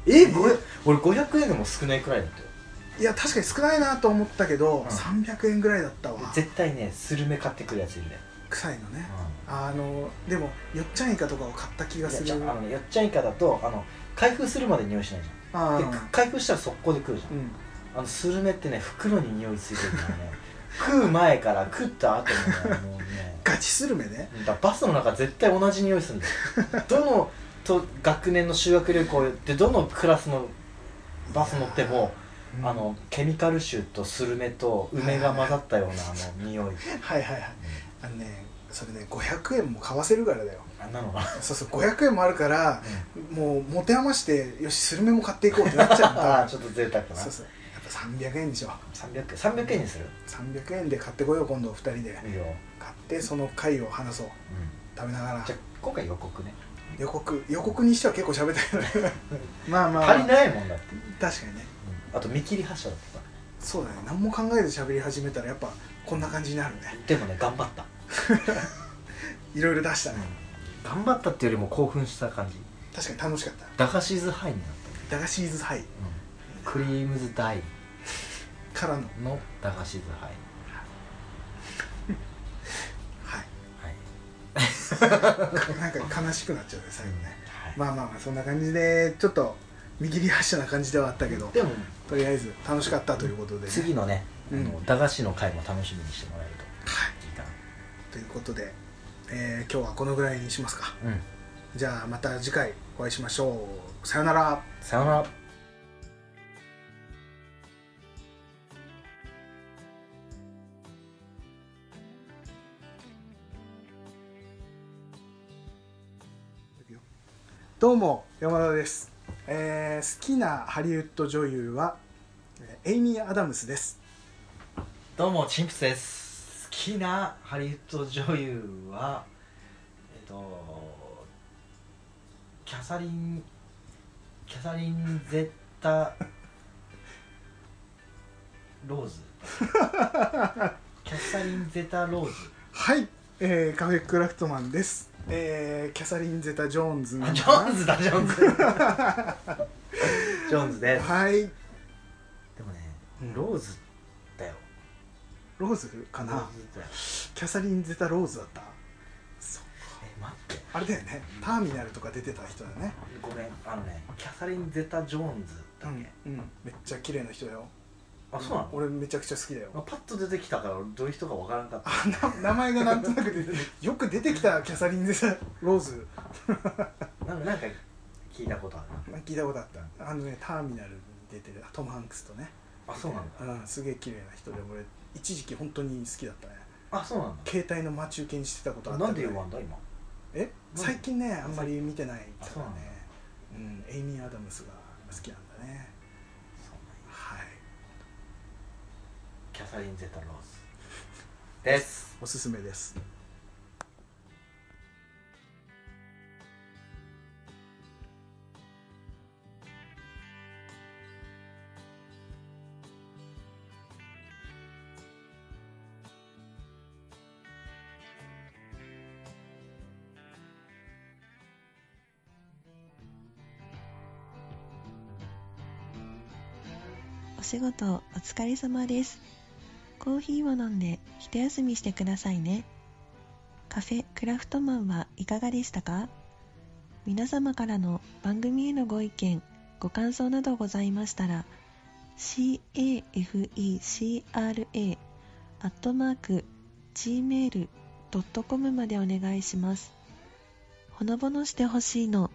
Speaker 2: え
Speaker 1: え
Speaker 2: ご俺500円でも少ないくらいだったよ
Speaker 1: いや確かに少ないなと思ったけど、
Speaker 2: ん
Speaker 1: 300円ぐらいだったわ
Speaker 2: 絶対ねスルメ買ってくるやついるね、
Speaker 1: 臭いのね
Speaker 2: う
Speaker 1: あのでもよっちゃんイカとかを買った気が
Speaker 2: ん、いや
Speaker 1: す
Speaker 2: じゃ
Speaker 1: る
Speaker 2: ああのやっちゃんイカだとあの開封するまで匂いしないじ
Speaker 1: あ
Speaker 2: ゃん
Speaker 1: ー
Speaker 2: で開封したら速攻で食うじゃん、
Speaker 1: うん
Speaker 2: あのスルメってね袋に匂いついてるからね *laughs* 食う前から食った後もねもうね
Speaker 1: ガチスルメね
Speaker 2: だからバスの中絶対同じ匂いするんだ
Speaker 1: *laughs*
Speaker 2: よどのと学年の修学旅行でどのクラスのバス乗っても
Speaker 1: うん
Speaker 2: あのケミカル臭とスルメと梅が混ざったようなあの
Speaker 1: *laughs*
Speaker 2: 匂い
Speaker 1: はいはいはいあのねそれね500円も買わせるからだよ
Speaker 2: あんなのが
Speaker 1: そうそう500円もあるから、もう持て余してよしスルメも買っていこうってなっちゃうん
Speaker 2: あ
Speaker 1: だ
Speaker 2: *laughs* あちょっと贅沢な
Speaker 1: そうそうやっぱ300円でしょ
Speaker 2: 300円300円にする
Speaker 1: 300円で買ってこよう今度2人で
Speaker 2: いいよ、
Speaker 1: 買ってその回を話そう食べながら
Speaker 2: じゃあ今回予告ね
Speaker 1: 予告予告にしては結構喋った
Speaker 2: *laughs*
Speaker 1: よねまあま
Speaker 2: 足りないもんだって、
Speaker 1: 確かにね
Speaker 2: あと見切り発車だったか
Speaker 1: そうだね何も考えず喋り始めたらやっぱこんな感じになるね
Speaker 2: らでもね頑張った、
Speaker 1: いろいろ出したね
Speaker 2: 頑張ったっていうよりも興奮した感じ
Speaker 1: 確かに楽しかった
Speaker 2: 駄菓子ーズハイになっ
Speaker 1: 駄菓子ーズハイ
Speaker 2: た、クリームズダイ
Speaker 1: からの
Speaker 2: の駄菓子ーズハイ *laughs*
Speaker 1: はい
Speaker 2: はい
Speaker 1: なんか悲しくなっちゃうね最後ねまあまあまあそんな感じでちょっと見切り発車な感じではあったけど
Speaker 2: でも
Speaker 1: とりあえず楽しかったということで、ね、
Speaker 2: 次のね、
Speaker 1: うん
Speaker 2: あの駄菓子の回も楽しみにしてもらえると
Speaker 1: はい
Speaker 2: いいかな
Speaker 1: ということで、えー今日はこのぐらいにしますか
Speaker 2: うん
Speaker 1: じゃあまた次回お会いしましょうさよなら
Speaker 2: さよなら
Speaker 1: どうも山田です、えー好きなハリウッド女優はえーエイミー・アダムスです
Speaker 2: どうもチンプスです好きなハリウッド女優はえっとキャサリンキャサリン・ゼッタ・ロ *laughs* ーズキャサリン・ゼタ・ローズ
Speaker 1: はい、えーカフェクラフトマンです、えーキャサリン・ゼタ・ジョーンズ
Speaker 2: あジョーンズだ *laughs* ジョーンズジョーンズです
Speaker 1: はい
Speaker 2: でもね
Speaker 1: うん
Speaker 2: ローズだよ
Speaker 1: ローズか
Speaker 2: ロ
Speaker 1: な
Speaker 2: ーズだよ
Speaker 1: キャサリン・ゼタ・ローズだったそう
Speaker 2: え待って
Speaker 1: あれだよねターミナルとか出てた人だよね
Speaker 2: ごめんあのねキャサリン・ゼタ・ジョーンズだっけ、
Speaker 1: うん、うん、めっちゃ綺麗な人だよ
Speaker 2: あそうなの
Speaker 1: 俺めちゃくちゃ好きだよ
Speaker 2: パッと出てきたからどういう人かわからんかった
Speaker 1: あな名前がなんとなく出てよく出てきたキャサリン・ゼタ・ローズ
Speaker 2: なんかなんか聞いたことある
Speaker 1: 聞いたことあったあのねターミナルに出てるトム・ハンクスとね
Speaker 2: なあそうなんだ
Speaker 1: うんすげえ綺麗な人で俺一時期本当に好きだったね
Speaker 2: あそうなん
Speaker 1: 携帯の待ち受けにしてたことあ
Speaker 2: だ
Speaker 1: った
Speaker 2: なん
Speaker 1: ぐ
Speaker 2: で
Speaker 1: らい
Speaker 2: 言わんだ今
Speaker 1: え
Speaker 2: なん
Speaker 1: 最近ねあんまり見てない
Speaker 2: あ
Speaker 1: か
Speaker 2: そう
Speaker 1: ら
Speaker 2: な
Speaker 1: ね
Speaker 2: んだ
Speaker 1: うんエイミー・アダムスが好きなんだね
Speaker 2: そうなんや
Speaker 1: はい
Speaker 2: キャサリン・ゼタ・ローズです
Speaker 1: おすすめです
Speaker 3: お仕事お疲れ様です。コーヒーを飲んで一休みしてくださいね。カフェクラフトマンはいかがでしたか皆様からの番組へのご意見、ご感想などございましたら、cafecra.gmail.com までお願いします。ほのぼのしてほしいの